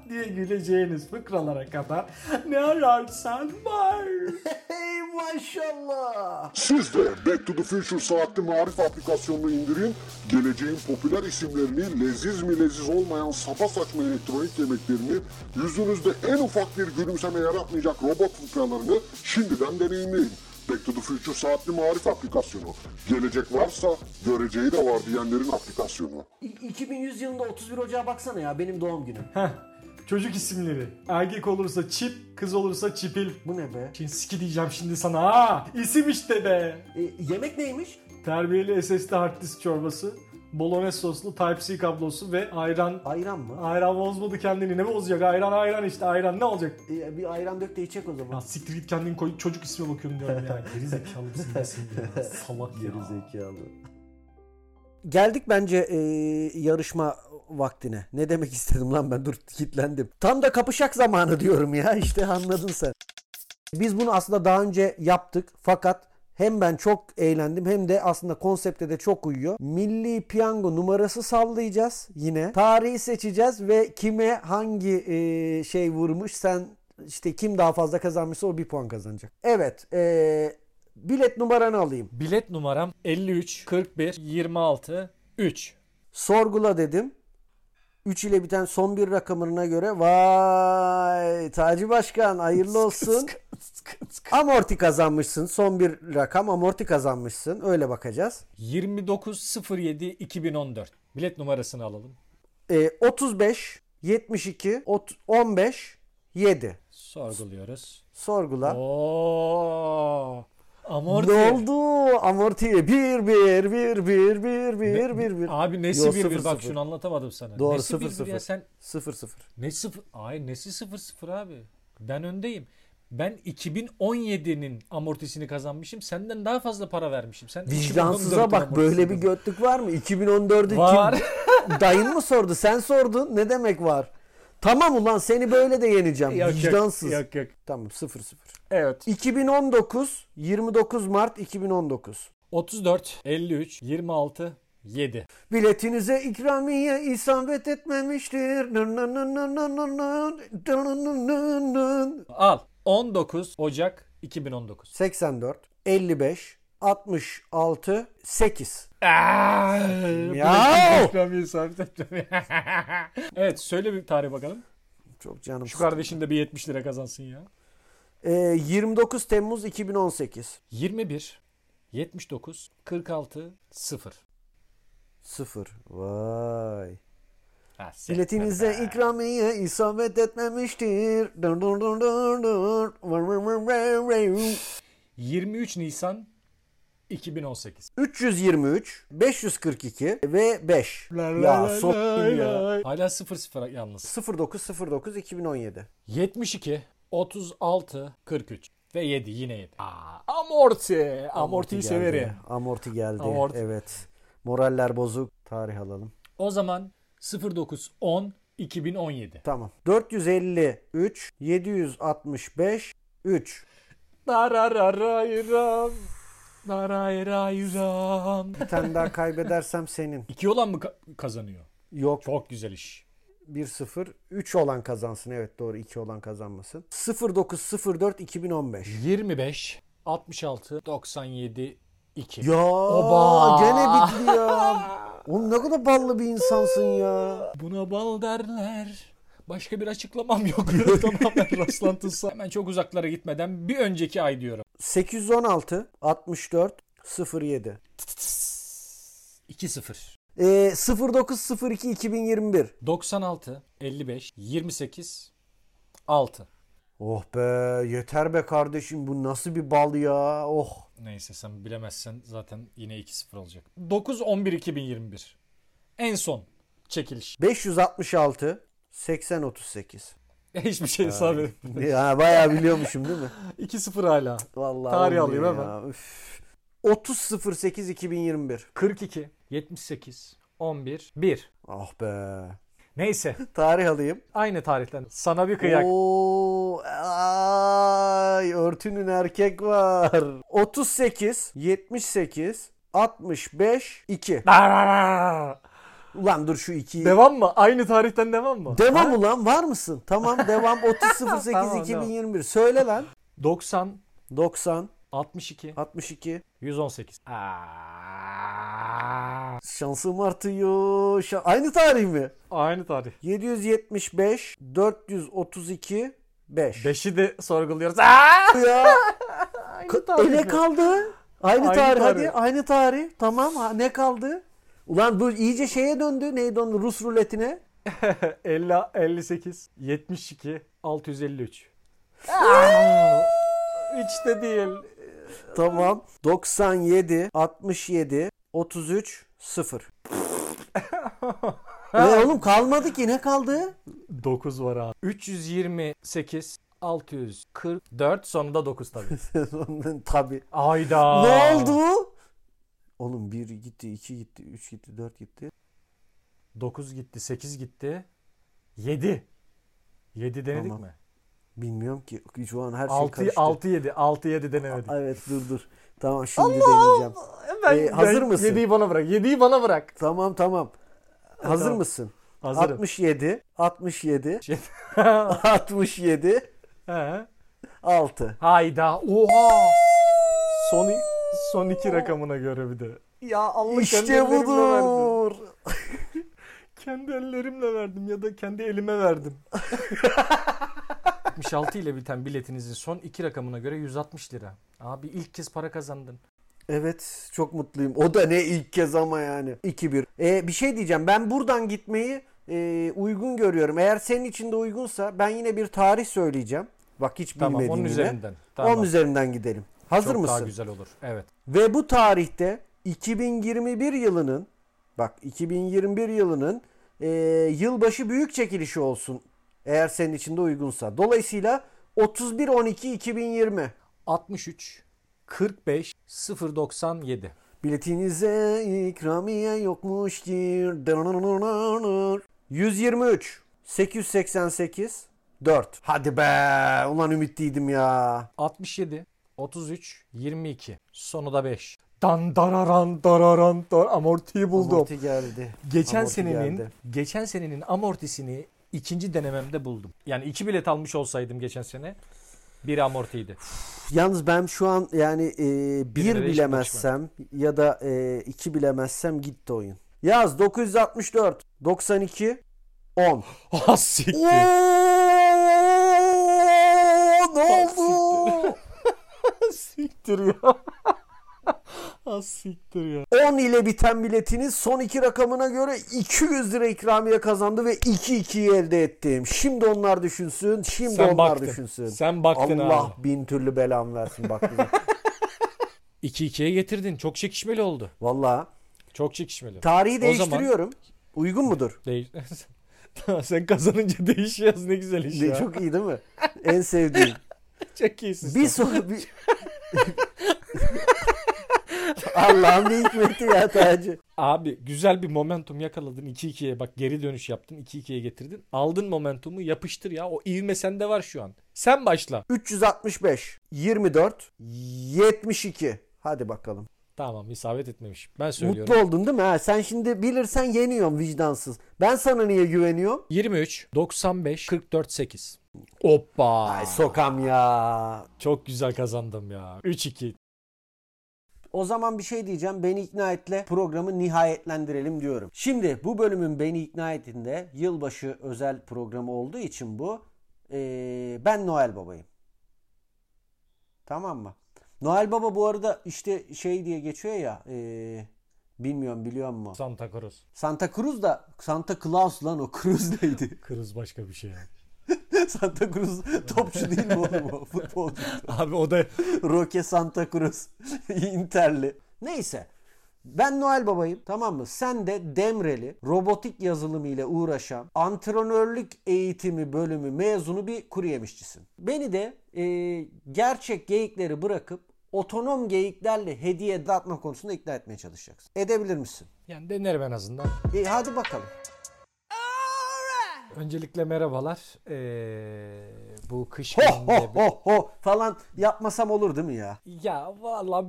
[SPEAKER 2] diye güleceğiniz fıkralara kadar ne ararsan var.
[SPEAKER 1] Hey maşallah.
[SPEAKER 4] Siz de Back to the Future saatli marif aplikasyonunu indirin. Geleceğin popüler isimlerini, leziz mi leziz olmayan sapa saçma elektronik yemeklerini, yüzünüzde en ufak bir gülümseme yaratmayacak robot fıkralarını şimdiden deneyimleyin. Back to the Future saatli marif aplikasyonu. Gelecek varsa göreceği de var diyenlerin aplikasyonu.
[SPEAKER 1] İ- 2100 yılında 31 Ocağa baksana ya benim doğum günüm.
[SPEAKER 2] Heh, Çocuk isimleri. Erkek olursa çip, kız olursa çipil.
[SPEAKER 1] Bu ne be?
[SPEAKER 2] Şimdi siki diyeceğim şimdi sana. Ha, isim işte be.
[SPEAKER 1] E, yemek neymiş?
[SPEAKER 2] Terbiyeli SSD hard disk çorbası, bolognese soslu Type-C kablosu ve ayran.
[SPEAKER 1] Ayran mı?
[SPEAKER 2] Ayran bozmadı kendini. Ne bozacak? Ayran ayran işte. Ayran ne olacak?
[SPEAKER 1] E, bir ayran dök de içecek o
[SPEAKER 2] Ya
[SPEAKER 1] zaman.
[SPEAKER 2] siktir git kendin koy çocuk ismi bakıyorum diyorum ya. Gerizekalı mısın nesin ya? Salak ya.
[SPEAKER 1] zekalı. Geldik bence e, yarışma vaktine. Ne demek istedim lan ben dur kilitlendim. Tam da kapışak zamanı diyorum ya işte anladın sen. Biz bunu aslında daha önce yaptık fakat hem ben çok eğlendim hem de aslında konsepte de çok uyuyor. Milli piyango numarası sallayacağız yine. Tarihi seçeceğiz ve kime hangi e, şey vurmuş sen işte kim daha fazla kazanmışsa o bir puan kazanacak. Evet e, bilet numaranı alayım.
[SPEAKER 3] Bilet numaram 53 41 26 3.
[SPEAKER 1] Sorgula dedim. 3 ile biten son bir rakamına göre vay Taci Başkan hayırlı olsun. Amorti kazanmışsın. Son bir rakam amorti kazanmışsın. Öyle bakacağız.
[SPEAKER 3] 29 07 2014. Bilet numarasını alalım.
[SPEAKER 1] Ee, 35 72 ot- 15 7.
[SPEAKER 3] Sorguluyoruz.
[SPEAKER 1] Sorgula.
[SPEAKER 3] Oo! Amorti.
[SPEAKER 1] Ne oldu? Amorti 1 1 1 1 1 1 1 1.
[SPEAKER 3] Abi
[SPEAKER 1] Yo,
[SPEAKER 3] nesi bir
[SPEAKER 1] sıfır,
[SPEAKER 3] bir bak
[SPEAKER 1] sıfır.
[SPEAKER 3] şunu anlatamadım sana.
[SPEAKER 1] Doğru,
[SPEAKER 3] nesi
[SPEAKER 1] sıfır,
[SPEAKER 3] bir bir
[SPEAKER 1] sıfır.
[SPEAKER 3] ya sen
[SPEAKER 1] 0 0.
[SPEAKER 3] ne sıfır? Ay nesi sıfır sıfır abi? Ben öndeyim. Ben 2017'nin amortisini kazanmışım. Senden daha fazla para vermişim. Sen 2014'ün
[SPEAKER 1] Vicdansıza bak
[SPEAKER 3] amortisini
[SPEAKER 1] böyle bir
[SPEAKER 3] kazandın.
[SPEAKER 1] götlük var mı? 2014'ü
[SPEAKER 3] Var.
[SPEAKER 1] kim? Dayın mı sordu? Sen sordun. Ne demek var? Tamam ulan seni böyle de yeneceğim.
[SPEAKER 2] Yok, yok,
[SPEAKER 1] Vicdansız.
[SPEAKER 2] Yok yok.
[SPEAKER 1] Tamam 0-0.
[SPEAKER 2] Evet.
[SPEAKER 1] 2019 29 Mart 2019.
[SPEAKER 3] 34, 53, 26, 7.
[SPEAKER 1] Biletinize ikramiye isabet etmemiştir. Nın nın nın nın nın nın nın. Dın nın nın nın nın.
[SPEAKER 3] Al. 19 Ocak 2019.
[SPEAKER 1] 84 55 66 8.
[SPEAKER 3] Ya! evet söyle bir tarih bakalım.
[SPEAKER 1] Çok canım.
[SPEAKER 3] Şu kardeşin de bir 70 lira kazansın ya.
[SPEAKER 1] Ee, 29 Temmuz 2018.
[SPEAKER 3] 21 79 46 0.
[SPEAKER 1] 0. Vay.
[SPEAKER 3] Ha, sen-
[SPEAKER 1] Biletinize ikramiye isabet etmemiştir. Dın dın dın dın dın. Vır vır vır vır vır.
[SPEAKER 3] 23 Nisan 2018.
[SPEAKER 1] 323, 542 ve 5. Ya soktum ya.
[SPEAKER 3] Hala 0 0 yalnız.
[SPEAKER 1] 09 09 2017.
[SPEAKER 3] 72 36 43 ve 7 yine 7. Aa, amorti. Amortiyi
[SPEAKER 1] geldi.
[SPEAKER 3] severim.
[SPEAKER 1] Amorti geldi.
[SPEAKER 3] Amorti.
[SPEAKER 1] Evet. Moraller bozuk. Tarih alalım.
[SPEAKER 3] O zaman 09 10 2017.
[SPEAKER 1] Tamam. 453 765 3.
[SPEAKER 3] Darararayram. Darararayram.
[SPEAKER 1] Bir tane daha kaybedersem senin.
[SPEAKER 3] İki olan mı ka- kazanıyor?
[SPEAKER 1] Yok
[SPEAKER 3] Çok güzel iş.
[SPEAKER 1] 1-0. 3 olan kazansın. Evet doğru 2 olan kazanmasın. 0904 2015.
[SPEAKER 3] 25 66 97 2.
[SPEAKER 1] Ya
[SPEAKER 3] Oba!
[SPEAKER 1] gene bitti ya. Oğlum ne kadar ballı bir insansın ya.
[SPEAKER 3] Buna bal derler. Başka bir açıklamam yok. Tamamen rastlantısal. Hemen çok uzaklara gitmeden bir önceki ay diyorum.
[SPEAKER 1] 816 64 07.
[SPEAKER 3] 2-0.
[SPEAKER 1] Ee, 0902 2021.
[SPEAKER 3] 96 55 28 6.
[SPEAKER 1] Oh be yeter be kardeşim bu nasıl bir bal ya. Oh.
[SPEAKER 3] Neyse sen bilemezsen zaten yine 2-0 olacak. 9 11 2021. En son çekiliş.
[SPEAKER 1] 566 80 38.
[SPEAKER 3] Hiçbir şey hesap etmedim.
[SPEAKER 1] Ya bayağı biliyormuşum değil mi?
[SPEAKER 3] 2-0 hala.
[SPEAKER 1] Vallahi
[SPEAKER 3] Tarih
[SPEAKER 1] olmuyor
[SPEAKER 3] alayım
[SPEAKER 1] ya. Üf. 30.08 2021.
[SPEAKER 3] 42 78 11 1.
[SPEAKER 1] Ah be.
[SPEAKER 3] Neyse.
[SPEAKER 1] Tarih alayım.
[SPEAKER 3] Aynı tarihten. Sana bir kıyak.
[SPEAKER 1] Oo, ay örtünün erkek var. 38 78 65 2.
[SPEAKER 3] Dararara.
[SPEAKER 1] Ulan dur şu 2'yi.
[SPEAKER 3] Devam mı? Aynı tarihten devam mı?
[SPEAKER 1] Devam ulan var mısın? Tamam devam 30 08
[SPEAKER 3] Tamam,
[SPEAKER 1] 2021. Söyle lan.
[SPEAKER 3] 90
[SPEAKER 1] 90
[SPEAKER 3] 62
[SPEAKER 1] 62
[SPEAKER 3] 118.
[SPEAKER 1] şansım artıyor. Şa- Aynı tarih mi?
[SPEAKER 3] Aynı tarih.
[SPEAKER 1] 775 432 5.
[SPEAKER 3] Beşi de sorguluyoruz. Aa!
[SPEAKER 1] Ya
[SPEAKER 3] Aynı
[SPEAKER 1] ele E, kaldı. Aynı,
[SPEAKER 3] Aynı
[SPEAKER 1] tarih hadi
[SPEAKER 3] tarih.
[SPEAKER 1] aynı tarih. Tamam ha, ne kaldı? Ulan bu iyice şeye döndü. Neydi onun Rus ruletine?
[SPEAKER 3] 50 58 72 653. Hiç de değil.
[SPEAKER 1] Tamam. 97 67 33 0. e oğlum kalmadı ki ne kaldı?
[SPEAKER 3] 9 var abi. 328 644 sonunda 9 tabii.
[SPEAKER 1] Ondan Tabii.
[SPEAKER 3] Ayda.
[SPEAKER 1] Ne oldu? Oğlum 1 gitti, 2 gitti, 3 gitti, 4 gitti.
[SPEAKER 3] 9 gitti, 8 gitti. 7. 7 denedik
[SPEAKER 1] Tamam.
[SPEAKER 3] mi?
[SPEAKER 1] Bilmiyorum ki. Şu an her şey
[SPEAKER 3] 6
[SPEAKER 1] karıştı.
[SPEAKER 3] 6 7. 6 7 denemedik.
[SPEAKER 1] Evet dur dur. Tamam şimdi deneyeceğim.
[SPEAKER 3] Ben,
[SPEAKER 1] Ee, hazır
[SPEAKER 3] ben
[SPEAKER 1] mısın?
[SPEAKER 3] 7'yi bana bırak. 7'yi bana bırak.
[SPEAKER 1] Tamam tamam. Hazır
[SPEAKER 3] Tamam.
[SPEAKER 1] mısın?
[SPEAKER 3] Hazırım. Şey-
[SPEAKER 1] 67 67 67
[SPEAKER 3] He.
[SPEAKER 1] 6.
[SPEAKER 3] Hayda. Oha. Son son iki rakamına göre bir de. Ya Allah
[SPEAKER 1] İşte budur.
[SPEAKER 3] Kendi ellerimle verdim ya da kendi elime verdim. 66 ile biten biletinizin son iki rakamına göre 160 lira. Abi ilk kez para kazandın.
[SPEAKER 1] Evet çok mutluyum. O da ne ilk kez ama yani. 2-1. Ee, bir şey diyeceğim. Ben buradan gitmeyi e, uygun görüyorum. Eğer senin için de uygunsa ben yine bir tarih söyleyeceğim. Bak hiç
[SPEAKER 3] Tamam
[SPEAKER 1] bilmediğim
[SPEAKER 3] onun
[SPEAKER 1] yine.
[SPEAKER 3] üzerinden. Tamam.
[SPEAKER 1] Onun üzerinden gidelim. Hazır
[SPEAKER 3] Çok daha
[SPEAKER 1] mısın?
[SPEAKER 3] güzel olur. Evet.
[SPEAKER 1] Ve bu tarihte 2021 yılının bak 2021 yılının e, yılbaşı büyük çekilişi olsun eğer senin için de uygunsa. Dolayısıyla 31-12-2020
[SPEAKER 3] 63 45 097.
[SPEAKER 1] biletinize ikramiye yokmuş ki. 123 888 4. Hadi be. Ulan ümitliydim ya.
[SPEAKER 3] 67, 33, 22. Sonu da 5. Dan dararan dararan dar amortiyi buldum.
[SPEAKER 1] Amorti geldi.
[SPEAKER 3] geçen
[SPEAKER 1] Amorti
[SPEAKER 3] senenin
[SPEAKER 1] geldi.
[SPEAKER 3] geçen senenin amortisini ikinci denememde buldum. Yani iki bilet almış olsaydım geçen sene biri amortiydi.
[SPEAKER 1] Yalnız ben şu an yani e,
[SPEAKER 3] Birine de
[SPEAKER 1] bir
[SPEAKER 3] hiç
[SPEAKER 1] bilemezsem ya da e, iki bilemezsem gitti oyun. Yaz 964 92 10.
[SPEAKER 3] Ah siktir.
[SPEAKER 1] Oo, ne oldu?
[SPEAKER 3] siktir ya. Ah siktir ya.
[SPEAKER 1] 10 ile biten biletinin son iki rakamına göre 200 lira ikramiye kazandı ve 2-2'yi elde ettim. Şimdi onlar düşünsün, şimdi
[SPEAKER 3] Sen
[SPEAKER 1] onlar
[SPEAKER 3] baktın.
[SPEAKER 1] düşünsün.
[SPEAKER 3] Sen baktın
[SPEAKER 1] Allah
[SPEAKER 3] abi.
[SPEAKER 1] bin türlü belamı versin bak bize.
[SPEAKER 3] 2-2'ye getirdin. Çok çekişmeli oldu.
[SPEAKER 1] Valla.
[SPEAKER 3] Çok çekişmeli.
[SPEAKER 1] Tarihi
[SPEAKER 3] O zaman-
[SPEAKER 1] değiştiriyorum. Uygun mudur?
[SPEAKER 3] Değiş- Sen kazanınca değişiyoruz ne güzel iş
[SPEAKER 1] De-
[SPEAKER 3] ya. Çok,
[SPEAKER 1] Çok iyi değil mi? En sevdiğim.
[SPEAKER 3] iyisin
[SPEAKER 1] bir soru... Bir... Allah'ın bir hikmeti ya Taci.
[SPEAKER 3] Abi güzel bir momentum yakaladın 2-2'ye bak geri dönüş yaptın 2-2'ye getirdin. Aldın momentumu yapıştır ya o ivme sende var şu an. Sen başla.
[SPEAKER 1] 365, 24, 72. Hadi bakalım.
[SPEAKER 3] Tamam isabet etmemiş. Ben söylüyorum.
[SPEAKER 1] Mutlu oldun değil mi? Ha, sen şimdi bilirsen yeniyorsun vicdansız. Ben sana niye güveniyorum?
[SPEAKER 3] 23, 95, 44, 8. Hoppa.
[SPEAKER 1] Ay sokam ya.
[SPEAKER 3] Çok güzel kazandım ya. 3-2.
[SPEAKER 1] O zaman bir şey diyeceğim. Beni ikna etle programı nihayetlendirelim diyorum. Şimdi bu bölümün Beni ikna etinde yılbaşı özel programı olduğu için bu. ee, ben Noel Baba'yım. Tamam mı? Noel Baba bu arada işte şey diye geçiyor ya. ee, bilmiyorum biliyor musun?
[SPEAKER 3] Santa Cruz.
[SPEAKER 1] Santa Cruz da Santa Claus lan o Cruz neydi?
[SPEAKER 3] Cruz başka bir şey. ya.
[SPEAKER 1] Santa Cruz topçu değil mi oğlum o futbolcu?
[SPEAKER 3] Abi o da
[SPEAKER 1] Roque Santa Cruz. Interli. Neyse. Ben Noel Baba'yım tamam mı? Sen de Demreli robotik yazılımı ile uğraşan antrenörlük eğitimi bölümü mezunu bir kuru yemişçisin. Beni de e, gerçek geyikleri bırakıp otonom geyiklerle hediye dağıtma konusunda ikna etmeye çalışacaksın. Edebilir misin?
[SPEAKER 3] yani denerim en azından.
[SPEAKER 1] E, hadi bakalım.
[SPEAKER 3] Öncelikle merhabalar. Ee, bu kış
[SPEAKER 1] Ho
[SPEAKER 3] gününde
[SPEAKER 1] ho ho ho falan yapmasam olur değil mi ya?
[SPEAKER 3] Ya valla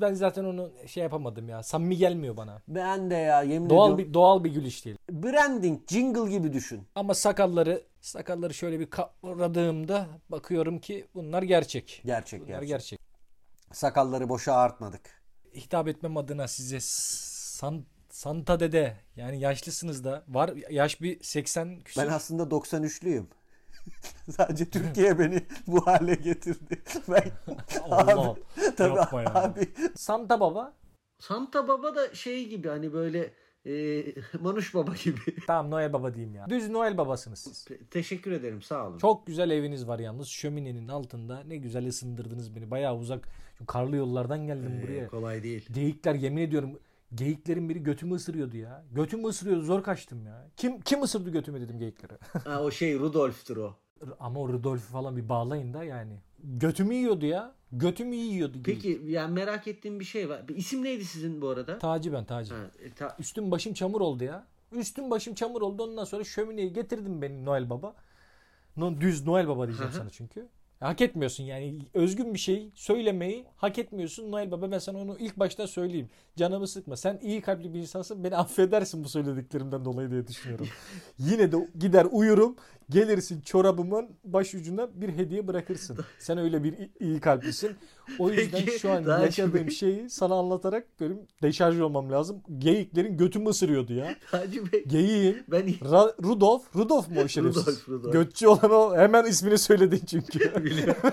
[SPEAKER 3] ben zaten onu şey yapamadım ya. Samimi gelmiyor bana.
[SPEAKER 1] Ben de ya yemin
[SPEAKER 3] Doğal
[SPEAKER 1] ediyorum.
[SPEAKER 3] bir doğal bir gülüş değil.
[SPEAKER 1] Branding, jingle gibi düşün.
[SPEAKER 3] Ama sakalları sakalları şöyle bir kavradığımda bakıyorum ki bunlar gerçek.
[SPEAKER 1] Gerçek
[SPEAKER 3] Bunlar
[SPEAKER 1] gerçek.
[SPEAKER 3] gerçek.
[SPEAKER 1] Sakalları boşa artmadık.
[SPEAKER 3] Hitap etmem adına size san, Santa dede yani yaşlısınız da var yaş bir 80 küsur.
[SPEAKER 1] Ben aslında 93'lüyüm. Sadece Türkiye beni bu hale getirdi. Ben
[SPEAKER 3] Allah.
[SPEAKER 1] tabii
[SPEAKER 3] yapma ya.
[SPEAKER 1] abi.
[SPEAKER 3] Santa baba.
[SPEAKER 1] Santa Baba da şey gibi hani böyle e, Manuş Baba gibi.
[SPEAKER 3] Tamam Noel baba diyeyim ya. Düz Noel babasınız siz.
[SPEAKER 1] Te- Teşekkür ederim sağ olun.
[SPEAKER 3] Çok güzel eviniz var yalnız. Şöminenin altında ne güzel ısındırdınız beni. Bayağı uzak. Şu karlı yollardan
[SPEAKER 1] Ee,
[SPEAKER 3] geldim buraya.
[SPEAKER 1] kolay değil.
[SPEAKER 3] Geyikler yemin ediyorum geyiklerin biri götümü ısırıyordu ya. Götümü ısırıyordu zor kaçtım ya. Kim kim ısırdı götümü dedim geyiklere.
[SPEAKER 1] Ha, o şey Rudolf'tur o.
[SPEAKER 3] Ama o Rudolf'u falan bir bağlayın da yani. Götümü yiyordu ya. Götümü yiyordu geyik.
[SPEAKER 1] Peki yani merak ettiğim bir şey var. Bir isim neydi sizin bu arada?
[SPEAKER 3] Taci ben Taci.
[SPEAKER 1] Ha, e, ta-
[SPEAKER 3] Üstüm başım çamur oldu ya. Üstüm başım çamur oldu ondan sonra şömineyi getirdim beni Noel Baba. No, düz Noel Baba diyeceğim sana çünkü. Hak etmiyorsun yani özgün bir şey söylemeyi hak etmiyorsun Noel Baba ben sana onu ilk başta söyleyeyim. Canımı sıkma sen iyi kalpli bir insansın beni affedersin bu söylediklerimden dolayı diye düşünüyorum. Yine de gider uyurum gelirsin çorabımın baş ucuna bir hediye bırakırsın. Sen öyle bir i- iyi kalplisin. O yüzden
[SPEAKER 1] Peki,
[SPEAKER 3] şu an
[SPEAKER 1] daha
[SPEAKER 3] yaşadığım şeyi sana anlatarak benim deşarj olmam lazım. Geyiklerin götümü ısırıyordu ya.
[SPEAKER 1] Taci Bey
[SPEAKER 3] Geyiğin
[SPEAKER 1] ben iyi
[SPEAKER 3] Ra- Rudolf, Rudolf mu o şerefsiz?
[SPEAKER 1] Rudolf, Rudolf.
[SPEAKER 3] Götçü olan o. Hemen ismini söyledin çünkü.
[SPEAKER 1] biliyorum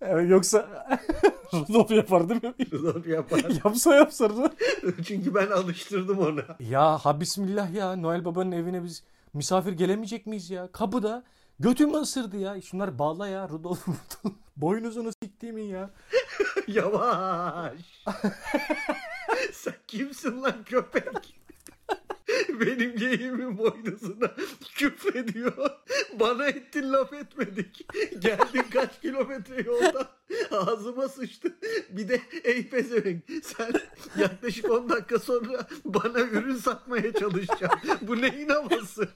[SPEAKER 3] Evet, Yoksa Rudolf yapar değil mi?
[SPEAKER 1] Rudolf yapar.
[SPEAKER 3] yapsa yapsa Rudolf.
[SPEAKER 1] Çünkü ben alıştırdım ona.
[SPEAKER 3] Ya ha bismillah ya Noel Baba'nın evine biz misafir gelemeyecek miyiz ya? Kapıda götümü ısırdı ya. Şunlar bağla ya Rudolf. Boynuzunu siktiğimin ya.
[SPEAKER 1] Yavaş. Sen kimsin lan köpek? Benim geyiğimin boynuzuna küfrediyor. Bana ettin laf etmedik. Geldin kaç kilometre yoldan. Ağzıma sıçtı. Bir de ey pezevenk sen yaklaşık 10 dakika sonra bana ürün satmaya çalışacaksın. Bu neyin havası?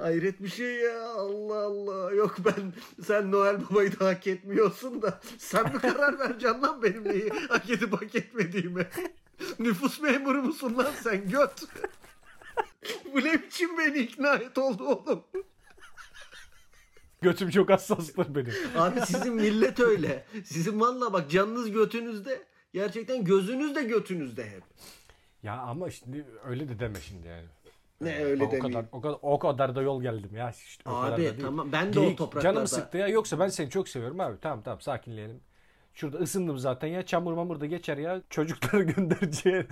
[SPEAKER 5] Hayret bir şey ya. Allah Allah. Yok ben sen Noel Baba'yı da hak etmiyorsun da sen mi karar vereceksin lan benim neyi hak edip hak etmediğimi? Nüfus memuru musun lan sen göt? Bu ne biçim beni ikna et oldu oğlum?
[SPEAKER 3] Götüm çok hassastır benim.
[SPEAKER 5] Abi sizin millet öyle. Sizin valla bak canınız götünüzde. Gerçekten gözünüz de götünüzde hep.
[SPEAKER 3] Ya ama şimdi öyle de deme şimdi yani.
[SPEAKER 5] Ne öyle
[SPEAKER 3] o kadar,
[SPEAKER 5] demeyeyim.
[SPEAKER 3] o kadar o kadar da yol geldim ya. Şişt, o kadar da
[SPEAKER 5] Abi
[SPEAKER 3] değil.
[SPEAKER 5] tamam ben de o
[SPEAKER 3] Geyik,
[SPEAKER 5] topraklarda.
[SPEAKER 3] Canım sıktı ya yoksa ben seni çok seviyorum abi. Tamam tamam sakinleyelim. Şurada ısındım zaten ya çamur mamur da geçer ya. Çocuklara göndereceği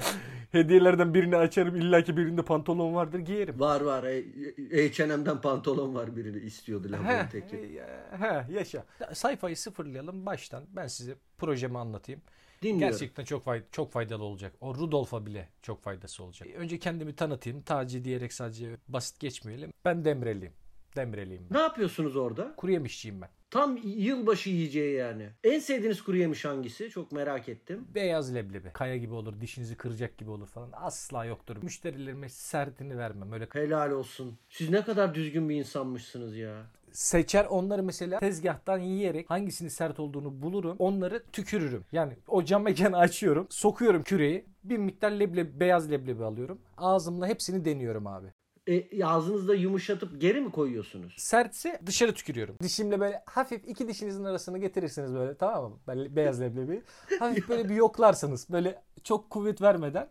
[SPEAKER 3] hediyelerden birini açarım. İlla ki birinde pantolon vardır giyerim.
[SPEAKER 5] Var var. H- H&M'den pantolon var birini istiyordu lan
[SPEAKER 3] He,
[SPEAKER 5] teki.
[SPEAKER 3] he, yaşa. Sayfayı sıfırlayalım baştan. Ben size projemi anlatayım.
[SPEAKER 5] Dinliyorum.
[SPEAKER 3] Gerçekten çok fay- çok faydalı olacak. O Rudolf'a bile çok faydası olacak. Önce kendimi tanıtayım. Taci diyerek sadece basit geçmeyelim. Ben Demreliyim. Demreliyim. Ben.
[SPEAKER 5] Ne yapıyorsunuz orada?
[SPEAKER 3] Kuru yemişçiyim ben.
[SPEAKER 5] Tam yılbaşı yiyeceği yani. En sevdiğiniz kuru yemiş hangisi? Çok merak ettim.
[SPEAKER 3] Beyaz leblebi. Kaya gibi olur, dişinizi kıracak gibi olur falan. Asla yoktur. Müşterilerime sertini vermem. Öyle
[SPEAKER 5] Helal olsun. Siz ne kadar düzgün bir insanmışsınız ya.
[SPEAKER 3] seçer onları mesela tezgahtan yiyerek hangisinin sert olduğunu bulurum. Onları tükürürüm. Yani o cam mekanı açıyorum. Sokuyorum küreği. Bir miktar leblebi, beyaz leblebi alıyorum. Ağzımla hepsini deniyorum abi.
[SPEAKER 5] E, ağzınızda yumuşatıp geri mi koyuyorsunuz?
[SPEAKER 3] Sertse dışarı tükürüyorum. Dişimle böyle hafif iki dişinizin arasını getirirsiniz böyle tamam mı? Böyle beyaz leblebi. Hafif böyle bir yoklarsınız. Böyle çok kuvvet vermeden.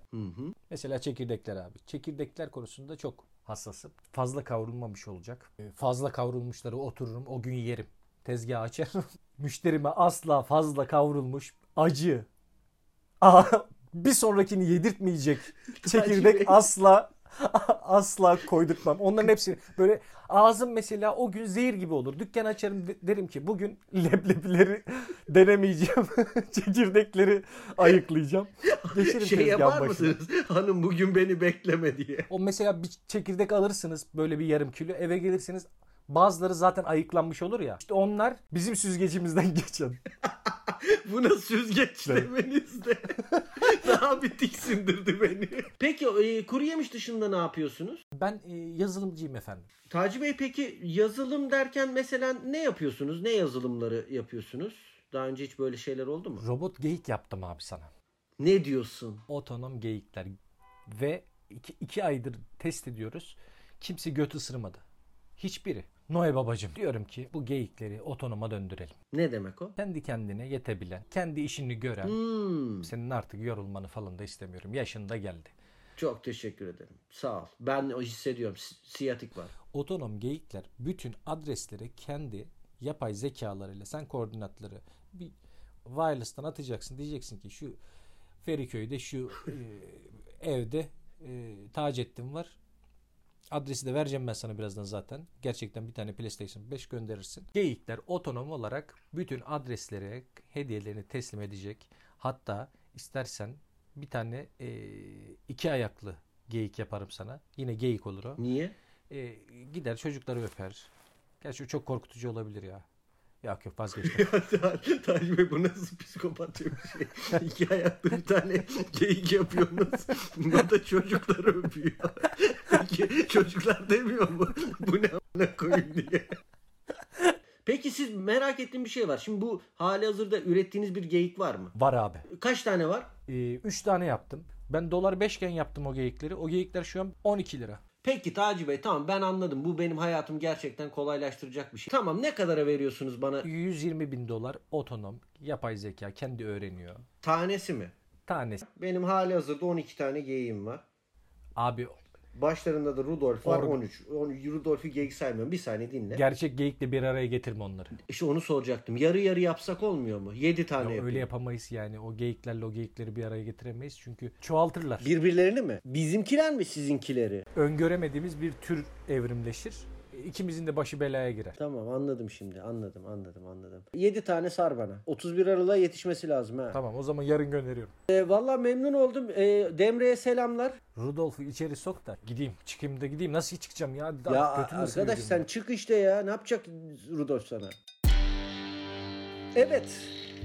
[SPEAKER 3] Mesela çekirdekler abi. Çekirdekler konusunda çok hassasım. Fazla kavrulmamış olacak. Ee, Fazla kavrulmuşları otururum o gün yerim. Tezgah açarım. Müşterime asla fazla kavrulmuş acı. Aa, bir sonrakini yedirtmeyecek çekirdek asla asla koydurtmam. Onların hepsi böyle ağzım mesela o gün zehir gibi olur. Dükkan açarım de- derim ki bugün leblebileri denemeyeceğim. Çekirdekleri ayıklayacağım. Geçerim
[SPEAKER 5] Şey
[SPEAKER 3] tezgahın
[SPEAKER 5] yapar
[SPEAKER 3] başına.
[SPEAKER 5] mısınız? Hanım bugün beni bekleme diye.
[SPEAKER 3] O mesela bir çekirdek alırsınız böyle bir yarım kilo eve gelirsiniz bazıları zaten ayıklanmış olur ya. İşte onlar bizim süzgecimizden geçen.
[SPEAKER 5] Buna süzgeç demeniz de daha bir tiksindirdi beni. Peki e, kuru yemiş dışında ne yapıyorsunuz?
[SPEAKER 3] Ben e, yazılımcıyım efendim.
[SPEAKER 5] Taci Bey peki yazılım derken mesela ne yapıyorsunuz? Ne yazılımları yapıyorsunuz? Daha önce hiç böyle şeyler oldu mu?
[SPEAKER 3] Robot geyik yaptım abi sana.
[SPEAKER 5] Ne diyorsun?
[SPEAKER 3] Otonom geyikler. Ve iki, iki aydır test ediyoruz. Kimse göt ısırmadı. Hiçbiri. Noe babacım diyorum ki bu geyikleri otonoma döndürelim.
[SPEAKER 5] Ne demek o?
[SPEAKER 3] Kendi kendine yetebilen, kendi işini gören,
[SPEAKER 5] Hmm,
[SPEAKER 3] senin artık yorulmanı falan da istemiyorum. Yaşında geldi.
[SPEAKER 5] çok teşekkür ederim. Sağ ol. Ben o hissediyorum. Si- Siyatik var.
[SPEAKER 3] Otonom geyikler bütün adresleri kendi yapay zekalarıyla sen koordinatları bir wireless'tan atacaksın. Diyeceksin ki şu Feriköy'de şu e, evde e, Taceddin var. Adresi de vereceğim ben sana birazdan zaten. Gerçekten bir tane PlayStation 5 gönderirsin. Geyikler otonom olarak bütün adreslere hediyelerini teslim edecek. Hatta istersen bir tane e, iki ayaklı geyik yaparım sana. Yine geyik olur o.
[SPEAKER 5] Niye?
[SPEAKER 3] E, gider çocukları öper. Gerçi o çok korkutucu olabilir ya. Yok yok vazgeçtim.
[SPEAKER 5] Taci Bey bu nasıl psikopatça bir şey? İki ayakta bir tane geyik yapıyorsunuz. Bunda da çocuklar öpüyor. Peki, Çocuklar demiyor mu? Bu ne amına koyayım diye. Peki siz merak ettiğim bir şey var. Şimdi bu hali hazırda ürettiğiniz bir geyik var mı?
[SPEAKER 3] Var abi.
[SPEAKER 5] Kaç tane var?
[SPEAKER 3] E, üç tane yaptım. Ben dolar beşken yaptım o geyikleri. O geyikler şu an 12 lira.
[SPEAKER 5] Peki Taci Bey tamam ben anladım. Bu benim hayatım gerçekten kolaylaştıracak bir şey. Tamam ne kadara veriyorsunuz bana?
[SPEAKER 3] 120 bin dolar otonom. Yapay zeka kendi öğreniyor.
[SPEAKER 5] Tanesi mi?
[SPEAKER 3] Tanesi.
[SPEAKER 5] Benim hali hazırda 12 tane geyiğim var.
[SPEAKER 3] Abi
[SPEAKER 5] Başlarında da Rudolf var
[SPEAKER 3] Orada.
[SPEAKER 5] 13. Onu- Rudolf'u geyik saymıyorum. Bir saniye dinle.
[SPEAKER 3] gerçek geyikle bir araya getirme onları.
[SPEAKER 5] işte onu soracaktım. Yarı yarı yapsak olmuyor mu? 7 tane
[SPEAKER 3] Ya
[SPEAKER 5] yapayım.
[SPEAKER 3] öyle yapamayız yani. O geyiklerle o geyikleri bir araya getiremeyiz. Çünkü çoğaltırlar.
[SPEAKER 5] Birbirlerini mi? Bizimkiler mi sizinkileri?
[SPEAKER 3] Öngöremediğimiz bir tür evrimleşir. İkimizin de başı belaya girer.
[SPEAKER 5] Tamam anladım şimdi. Anladım anladım anladım. 7 tane sar bana. 31 Aralık'a yetişmesi lazım ha.
[SPEAKER 3] Tamam o zaman yarın gönderiyorum.
[SPEAKER 5] E, Valla memnun oldum. E, Demre'ye selamlar.
[SPEAKER 3] Rudolf'u içeri sok da gideyim. Çıkayım da gideyim. Nasıl çıkacağım ya? Daha
[SPEAKER 5] ya
[SPEAKER 3] götümü
[SPEAKER 5] arkadaş
[SPEAKER 3] sıyırıyorum
[SPEAKER 5] sen
[SPEAKER 3] ya.
[SPEAKER 5] çık işte ya. Ne yapacak Rudolf sana? Evet.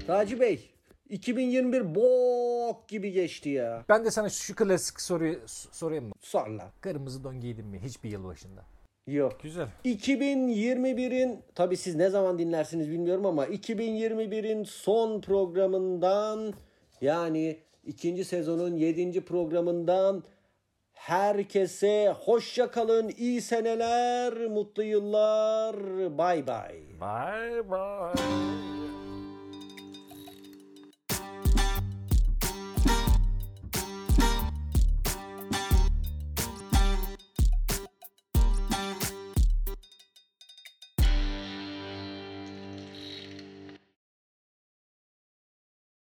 [SPEAKER 5] Taci Bey. 2021 bok gibi geçti ya.
[SPEAKER 3] Ben de sana şu klasik soruyu s- sorayım mı?
[SPEAKER 5] Sor lan.
[SPEAKER 3] Kırmızı don giydin mi hiçbir yıl başında?
[SPEAKER 5] Yok.
[SPEAKER 3] Güzel.
[SPEAKER 5] 2021'in tabi siz ne zaman dinlersiniz bilmiyorum ama 2021'in son programından yani ikinci sezonun 7. programından herkese hoşça kalın, iyi seneler, mutlu yıllar, bay bay.
[SPEAKER 3] Bye bye.